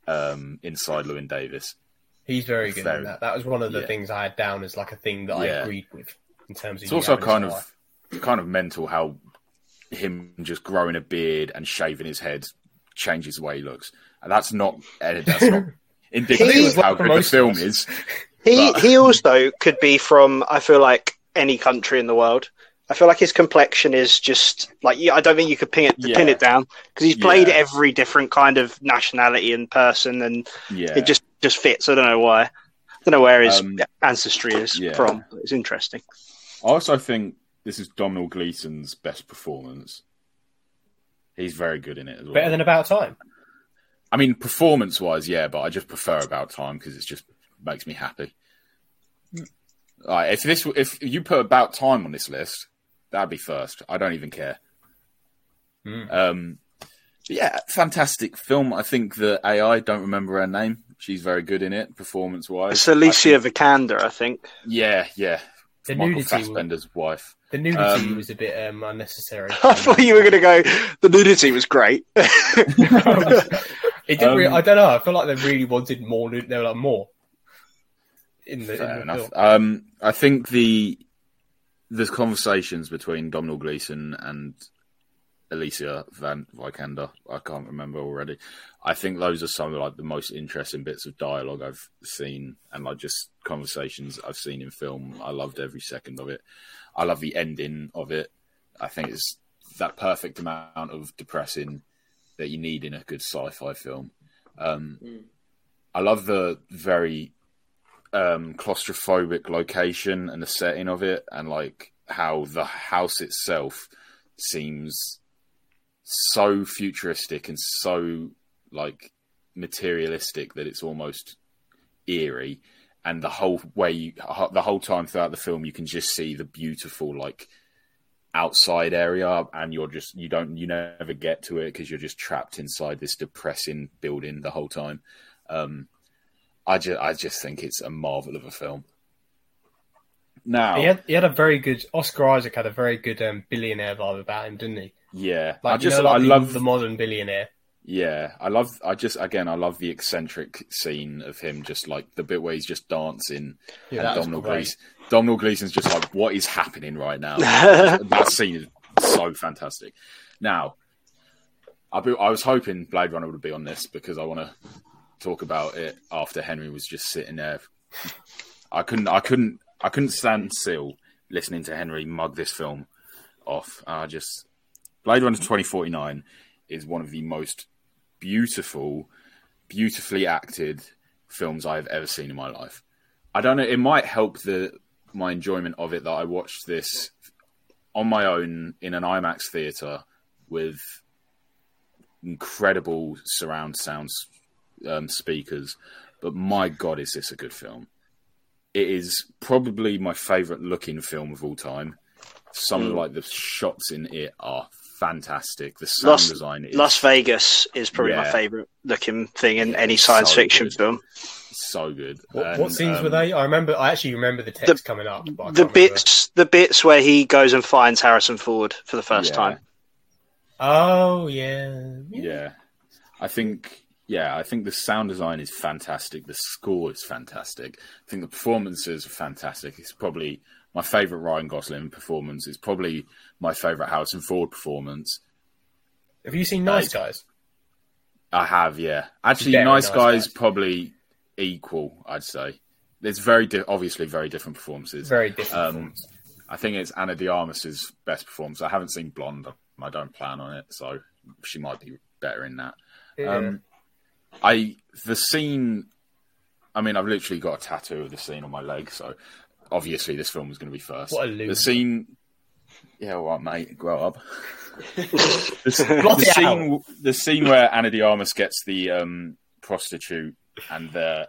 Speaker 2: um inside Lewin Davis.
Speaker 1: He's very good
Speaker 2: Fair.
Speaker 1: in that. That was one of the
Speaker 2: Yeah.
Speaker 1: things I had down as like a thing that I
Speaker 2: Yeah.
Speaker 1: agreed with in terms of.
Speaker 2: It's
Speaker 1: you
Speaker 2: also
Speaker 1: having
Speaker 2: kind
Speaker 1: to
Speaker 2: of kind of mental how him just growing a beard and shaving his head changes the way he looks, and that's not eh, that's not
Speaker 3: <laughs> He-
Speaker 2: indicative of how
Speaker 1: For
Speaker 2: good the
Speaker 1: most of
Speaker 2: film
Speaker 1: us.
Speaker 2: is.
Speaker 3: He
Speaker 2: But-
Speaker 3: he also could be from. I feel like any country in the world. I feel like his complexion is just like yeah, I don't think you could pin it pin
Speaker 2: Yeah.
Speaker 3: it down because he's played
Speaker 2: Yeah.
Speaker 3: every different kind of nationality and person, and
Speaker 2: Yeah,
Speaker 3: it just just fits. I don't know why. I don't know where his
Speaker 2: Um,
Speaker 3: ancestry is
Speaker 2: yeah.
Speaker 3: from. But it's interesting.
Speaker 2: I also think this is Domhnall Gleeson's best performance. He's very good in it as well.
Speaker 1: Better than About Time.
Speaker 2: I mean, performance-wise, yeah, but I just prefer About Time because it just makes me happy. Like, if this, if you put About Time on this list, That'd be first. I don't even care.
Speaker 1: Hmm.
Speaker 5: Mm.
Speaker 2: Um, but yeah, fantastic film. I think the AI. Don't remember her name. She's very good in it, performance wise.
Speaker 3: It's Alicia Vikander, I think.
Speaker 2: yeah, yeah.
Speaker 1: The
Speaker 2: Michael
Speaker 1: nudity was-
Speaker 2: Fassbender's wife.
Speaker 1: The nudity
Speaker 2: Um,
Speaker 1: was a bit um,
Speaker 2: <laughs>
Speaker 1: unnecessary.
Speaker 3: <laughs> I thought you were going to go. The nudity was great.
Speaker 1: <laughs> it didn't
Speaker 2: Um,
Speaker 1: really, I don't know. I feel like they really wanted more. nu- They were like more. In the, in
Speaker 2: Fair
Speaker 1: the
Speaker 2: enough.
Speaker 1: film.
Speaker 2: Um, I think the the conversations between Domhnall Gleeson and Alicia Van Vikander, I can't remember already. I think those are some of like the most interesting bits of dialogue I've seen, and like just conversations I've seen in film. I loved every second of it. I love the ending of it. I think it's that perfect amount of depressing that you need in a good sci-fi film. Um,
Speaker 4: Mm.
Speaker 2: I love the very um, claustrophobic location and the setting of it, and like how the house itself seems so futuristic and so like materialistic that it's almost eerie. And the whole way, you, ho- the whole time throughout the film, you can just see the beautiful like outside area, and you're just you don't you never get to it because you're just trapped inside this depressing building the whole time. Um, I just I just think it's a marvel of a film. Now,
Speaker 1: He had, he had a very good Oscar Isaac had a very good um, billionaire vibe about him, didn't he?
Speaker 2: yeah,
Speaker 1: Like,
Speaker 2: I just
Speaker 1: you know, like
Speaker 2: I
Speaker 1: the,
Speaker 2: love
Speaker 1: the modern billionaire.
Speaker 2: Yeah, I love. I just again, I love the eccentric scene of him, just like the bit where he's just dancing,
Speaker 1: Yeah, that
Speaker 2: and
Speaker 1: was
Speaker 2: Domhnall
Speaker 1: great.
Speaker 2: Gleeson. Domhnall Gleeson's just like, "What is happening
Speaker 1: <laughs>
Speaker 2: right now?" that scene is so fantastic. Now, I, be, I was hoping Blade Runner would be on this because I want to talk about it after Henry was just sitting there. I couldn't, I couldn't, I couldn't stand still listening to Henry mug this film off. I just Blade Runner twenty forty nine is one of the most beautiful, beautifully acted films I have ever seen in my life. I don't know. It might help the my enjoyment of it that I watched this on my own in an IMAX theater with incredible surround sound um, speakers. But my God, is this a good film? It is probably my favorite looking film of all time. Some of like the shots in it are fantastic. The sound
Speaker 3: Las-
Speaker 2: design is
Speaker 3: Las Vegas is probably my
Speaker 2: Yeah.
Speaker 3: favorite looking thing in
Speaker 2: Yeah,
Speaker 3: any
Speaker 2: it's
Speaker 3: science
Speaker 2: so
Speaker 3: fiction
Speaker 2: good.
Speaker 3: film.
Speaker 2: so good.
Speaker 1: What,
Speaker 2: And,
Speaker 1: what scenes
Speaker 2: um,
Speaker 1: were they? I remember. I actually remember the text coming up. But I
Speaker 3: The
Speaker 1: can't remember.
Speaker 3: bits, the bits where he goes and finds Harrison Ford for the first
Speaker 2: Yeah.
Speaker 3: time.
Speaker 1: Oh yeah.
Speaker 2: Yeah, I think yeah, I think the sound design is fantastic. The score is fantastic. I think the performances are fantastic. It's probably my favorite Ryan Gosling performance. It's probably my favorite Harrison Ford performance.
Speaker 1: Have you seen Nice Guys?
Speaker 2: I have, yeah. Actually,
Speaker 1: Very
Speaker 2: nice,
Speaker 1: nice
Speaker 2: guys
Speaker 1: guys.
Speaker 2: probably equal. I'd say. There's very di- obviously very different performances.
Speaker 1: Very different.
Speaker 2: Um,
Speaker 1: films.
Speaker 2: I think it's Anna De Armas's best performance. I haven't seen Blonde. I don't plan on it, so she might be better in that.
Speaker 1: Yeah.
Speaker 2: Um, I the scene. I mean, I've literally got a tattoo of the scene on my leg, so obviously this film was going to be first.
Speaker 1: What a loser.
Speaker 2: The scene. Yeah, all right, mate. Grow up. the, s-
Speaker 1: Blot
Speaker 2: the
Speaker 1: it
Speaker 2: scene, the scene where Anna De Armas gets the um, prostitute and they're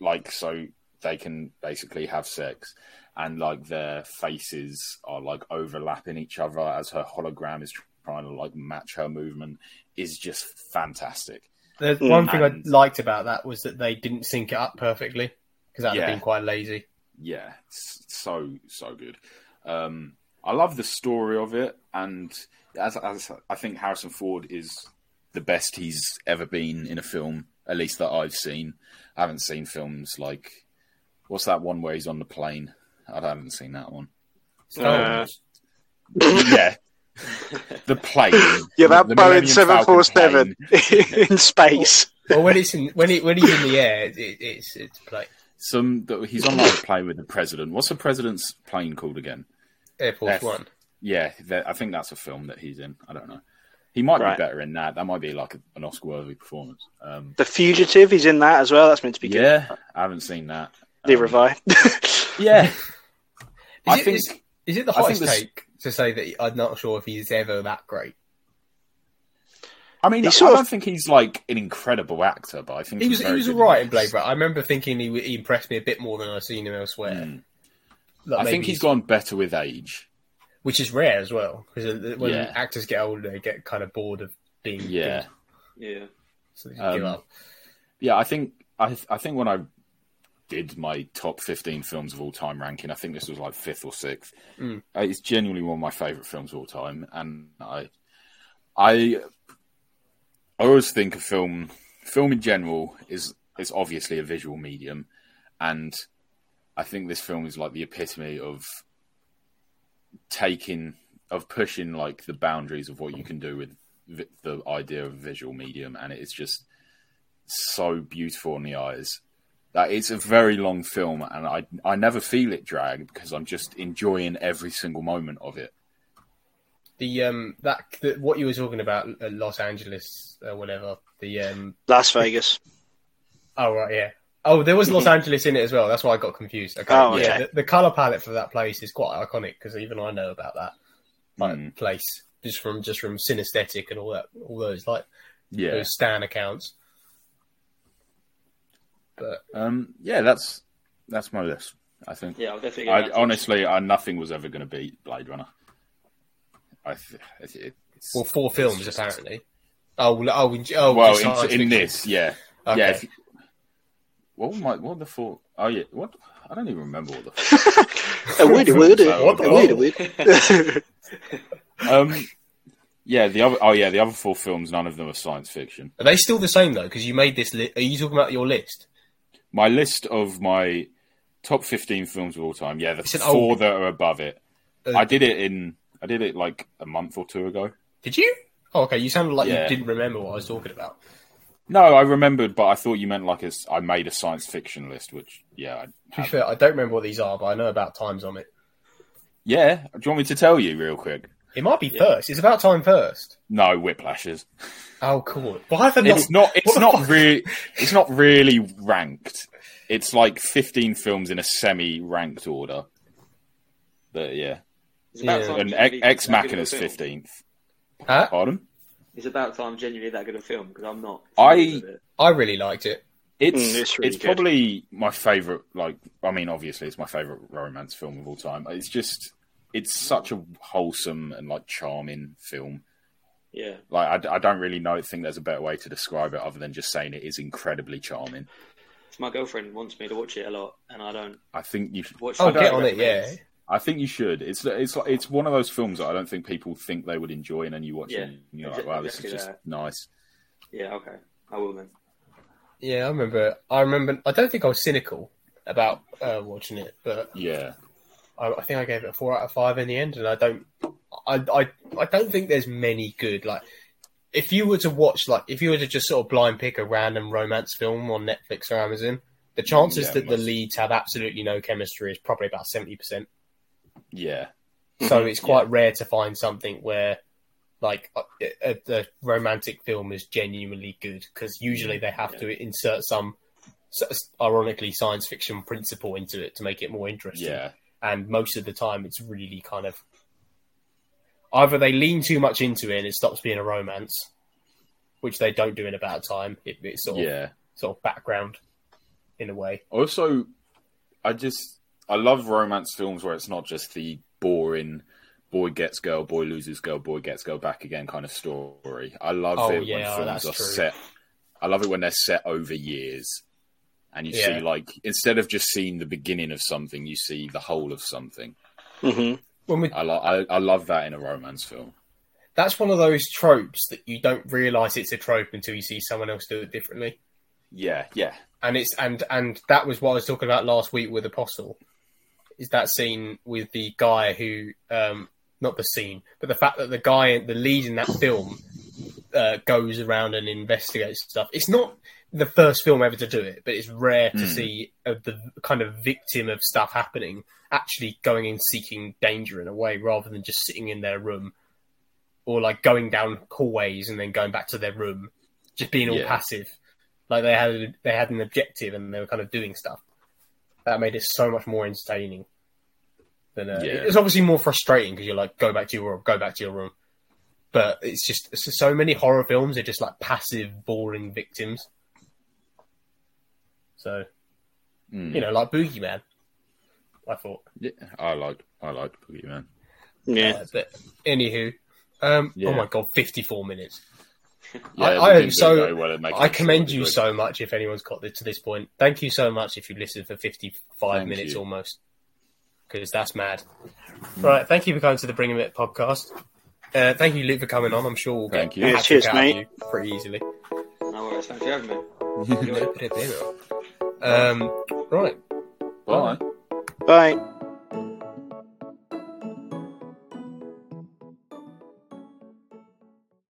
Speaker 2: like, so they can basically have sex, and like their faces are like overlapping each other as her hologram is trying to like match her movement is just fantastic.
Speaker 1: There's one thing I
Speaker 2: and-
Speaker 1: liked about that was that they didn't sync it up perfectly because that'd have
Speaker 2: Yeah.
Speaker 1: been quite lazy.
Speaker 2: yeah, it's so so good. Um, I love the story of it, and as, as I think Harrison Ford is the best he's ever been in a film, at least that I've seen. I haven't seen films like what's that one where he's on the plane. I haven't seen that one. Oh.
Speaker 1: Star
Speaker 3: Uh,
Speaker 1: Wars.
Speaker 2: yeah, the plane.
Speaker 3: Yeah, that
Speaker 2: The
Speaker 3: Boeing
Speaker 2: Millennium
Speaker 3: seven
Speaker 2: Falcon
Speaker 3: four seven
Speaker 2: plane.
Speaker 3: <laughs> in space.
Speaker 1: Well, when it's in when it when he's in the air, it, it, it's it's like
Speaker 2: Some he's on like a plane with the president. What's the president's plane called again?
Speaker 1: Air Force
Speaker 2: F.
Speaker 1: One.
Speaker 2: Yeah, that, I think that's a film that he's in. I don't know. He might
Speaker 3: Right.
Speaker 2: be better in that. That might be like a, an Oscar-worthy performance. Um,
Speaker 3: The Fugitive, he's in that as well. That's meant to be good.
Speaker 2: yeah, I haven't seen that.
Speaker 3: Neither
Speaker 2: Um,
Speaker 3: have I.
Speaker 2: Yeah,
Speaker 1: Is
Speaker 2: I
Speaker 1: it-
Speaker 2: think
Speaker 1: is- Is it the
Speaker 2: I think
Speaker 1: hottest
Speaker 2: this-
Speaker 1: take to say that he- I'm not sure if he's ever that great?
Speaker 2: I mean,
Speaker 3: He
Speaker 2: I
Speaker 3: sort
Speaker 2: don't
Speaker 3: of-
Speaker 2: think he's like an incredible actor, but I think
Speaker 1: He was
Speaker 2: he's
Speaker 1: he
Speaker 2: very
Speaker 1: was
Speaker 2: good
Speaker 1: alright in
Speaker 2: this.
Speaker 1: Blade Runner. I remember thinking he, he impressed me a bit more than I've seen him elsewhere.
Speaker 2: Mm.
Speaker 1: Like,
Speaker 2: I think
Speaker 1: maybe
Speaker 2: he's gone better with age.
Speaker 1: which is rare as well because when
Speaker 2: Yeah.
Speaker 1: actors get older, they get kind of bored of being
Speaker 2: Yeah.
Speaker 1: good,
Speaker 4: Yeah.
Speaker 1: so they
Speaker 2: Um,
Speaker 1: give up.
Speaker 2: Yeah, I think I th- I think when I did my top fifteen films of all time ranking, I think this was like fifth or sixth.
Speaker 1: Mm.
Speaker 2: Uh, It's genuinely one of my favorite films of all time, and I I I always think a film film in general is is obviously a visual medium, and I think this film is like the epitome of taking of pushing like the boundaries of what you can do with vi- the idea of visual medium, and it's just so beautiful in the eyes. That it's a very long film, and I I never feel it drag because I'm just enjoying every single moment of it.
Speaker 1: The um that the, what you were talking about, uh, Los Angeles or whatever. The um
Speaker 3: <laughs> Las
Speaker 2: <laughs>
Speaker 3: Vegas.
Speaker 1: oh right yeah. Oh, there was Los Angeles in it as well. That's why I got confused. Okay,
Speaker 3: Oh,
Speaker 1: yeah.
Speaker 3: okay.
Speaker 1: The, the color palette for that place is quite iconic because even I know about that
Speaker 2: Mm.
Speaker 1: place just from just from synesthetic and all that, all those like
Speaker 2: Yeah,
Speaker 1: those Stan accounts. But
Speaker 2: um, yeah, that's that's my list. I think.
Speaker 4: Yeah, I'll definitely.
Speaker 2: I honestly, I nothing was ever going to beat Blade Runner. I th- it, it's,
Speaker 1: well, four films apparently. Oh, well, oh, in, oh
Speaker 2: well,
Speaker 1: the science
Speaker 2: in,
Speaker 1: fiction.
Speaker 2: in this, yeah,
Speaker 1: Okay.
Speaker 2: yeah. If, what was my what the four? Oh yeah, what? I don't even remember what the
Speaker 3: A woody woody.
Speaker 2: What the-
Speaker 3: A woody woody. <laughs>
Speaker 2: um, yeah, the other. Oh yeah, the other four films. None of them are science fiction.
Speaker 1: Are they still the same though? Because you made this. Li- are you talking about your list?
Speaker 2: my list of my top 15 films of all time yeah the
Speaker 1: It's an
Speaker 2: four
Speaker 1: old-
Speaker 2: that are above it
Speaker 1: Uh,
Speaker 2: i did it in i did it like a month or two ago
Speaker 1: Did you? Oh, okay. You sounded like
Speaker 2: Yeah.
Speaker 1: you didn't remember what I was talking about.
Speaker 2: no i remembered but i thought you meant like as I made a science fiction list which yeah
Speaker 1: To
Speaker 2: I,
Speaker 1: be fair, I don't remember what these are, but I know about times on it.
Speaker 2: yeah do you want me to tell you real quick
Speaker 1: It might be
Speaker 4: Yeah.
Speaker 1: first. It's about time first.
Speaker 2: no whiplashes
Speaker 1: Oh, cool. Why have I not?
Speaker 2: it's not
Speaker 1: What
Speaker 2: it's
Speaker 1: the
Speaker 2: not
Speaker 1: fuck?
Speaker 2: really it's not really ranked it's like 15 films in a semi ranked order but yeah
Speaker 4: It's about
Speaker 1: Yeah.
Speaker 4: time
Speaker 2: and
Speaker 4: genuinely
Speaker 2: ex
Speaker 4: that good of a
Speaker 2: machina's
Speaker 4: film.
Speaker 2: 15th
Speaker 1: Huh?
Speaker 2: pardon
Speaker 4: It's about time genuinely that good a film because I'm not.
Speaker 2: I-
Speaker 4: familiar with it.
Speaker 1: I really liked it.
Speaker 2: It's
Speaker 3: Mm,
Speaker 2: it's,
Speaker 3: it's really good.
Speaker 2: probably my favorite. Like, I mean, obviously, it's my favorite romance film of all time. It's just, it's such a wholesome and like charming film.
Speaker 4: Yeah.
Speaker 2: Like, I d- I, don't really know think there's a better way to describe it other than just saying it is incredibly charming.
Speaker 4: My girlfriend wants me to watch it a lot, and I don't
Speaker 2: I think you should.
Speaker 4: watch.
Speaker 1: Oh,
Speaker 4: I don't
Speaker 1: get on it. Yeah.
Speaker 4: recommend
Speaker 2: I think you should. It's it's like it's one of those films that I don't think people think they would enjoy, and then you watch
Speaker 4: Yeah,
Speaker 2: it, and you're
Speaker 4: exac-
Speaker 2: like, wow, this is
Speaker 4: exactly
Speaker 2: just
Speaker 4: that.
Speaker 2: nice.
Speaker 4: Yeah. Okay. I will then.
Speaker 1: Yeah, I remember. I remember. I don't think I was cynical about uh, watching it, but
Speaker 2: Yeah,
Speaker 1: I, I think I gave it a four out of five in the end, and I don't, I, I, I don't think there's many good. Like, if you were to watch, like, if you were to just sort of blind pick a random romance film on Netflix or Amazon, the chances
Speaker 2: Yeah,
Speaker 1: that the
Speaker 2: most-
Speaker 1: leads have absolutely no chemistry is probably about seventy
Speaker 2: <laughs>
Speaker 1: percent.
Speaker 2: yeah,
Speaker 1: So it's quite rare to find something where, like, a, a, a romantic film is genuinely good because usually they have to insert some, s- ironically, science fiction principle into it to make it more interesting
Speaker 2: yeah.
Speaker 1: and most of the time it's really kind of either they lean too much into it and it stops being a romance, which they don't do in about time. It, it's sort of
Speaker 2: yeah.
Speaker 1: sort of background in a way.
Speaker 2: Also, I just I love romance films where it's not just the boring boy gets girl, boy loses girl, boy gets girl back again kind of story. I love
Speaker 1: Oh,
Speaker 2: it
Speaker 1: yeah,
Speaker 2: when films
Speaker 1: that's
Speaker 2: are
Speaker 1: true.
Speaker 2: set. I love it when they're set over years, and you
Speaker 1: Yeah.
Speaker 2: see like instead of just seeing the beginning of something, you see the whole of something.
Speaker 3: Mhm.
Speaker 1: When we,
Speaker 2: I lo- I, I love that in a romance film.
Speaker 1: that's one of those tropes that you don't realise it's a trope until you see someone else do it differently.
Speaker 2: Yeah, yeah,
Speaker 1: And it's and and that was what I was talking about last week with Apostle. Is that scene with the guy who um not the scene, but the fact that the guy the lead in that film uh, goes around and investigates stuff. It's not the first film ever to do it, but it's rare to
Speaker 2: Hmm.
Speaker 1: see uh, the kind of victim of stuff happening actually going and seeking danger in a way rather than just sitting in their room or like going down hallways and then going back to their room, just being all
Speaker 2: Yeah.
Speaker 1: passive. Like they had they had an objective and they were kind of doing stuff. That made it so much more entertaining. Than uh,
Speaker 2: Yeah.
Speaker 1: it's obviously more frustrating because you're like go back to your room, go back to your room. But it's just it's just so many horror films are just like passive, boring victims. So
Speaker 2: Mm.
Speaker 1: you know, like Boogeyman, I thought.
Speaker 2: yeah. I like I like Boogeyman.
Speaker 3: Yeah.
Speaker 1: Uh, but anywho, um,
Speaker 2: Yeah.
Speaker 1: oh my god, fifty-four minutes.
Speaker 2: Yeah,
Speaker 1: I-
Speaker 2: they
Speaker 1: I
Speaker 2: didn't
Speaker 1: am
Speaker 2: do
Speaker 1: so-
Speaker 2: very well at making
Speaker 1: I
Speaker 2: it
Speaker 1: commend
Speaker 2: really
Speaker 1: you
Speaker 2: good.
Speaker 1: so much. If anyone's got this, to this point, thank you so much. If you listened for fifty-five
Speaker 2: Thank
Speaker 1: minutes
Speaker 2: you.
Speaker 1: almost, because that's mad. Right, thank you for coming to the Bring 'Em It podcast. Uh, thank you, Luke, for coming on. I'm sure we'll
Speaker 2: Thank
Speaker 1: get
Speaker 2: you.
Speaker 3: Yeah,
Speaker 1: Patrick
Speaker 3: cheers,
Speaker 1: out of
Speaker 3: mate.
Speaker 1: you pretty easily.
Speaker 4: No worries. Thanks for having me.
Speaker 2: <laughs>
Speaker 1: Um, right.
Speaker 2: Bye.
Speaker 3: Bye.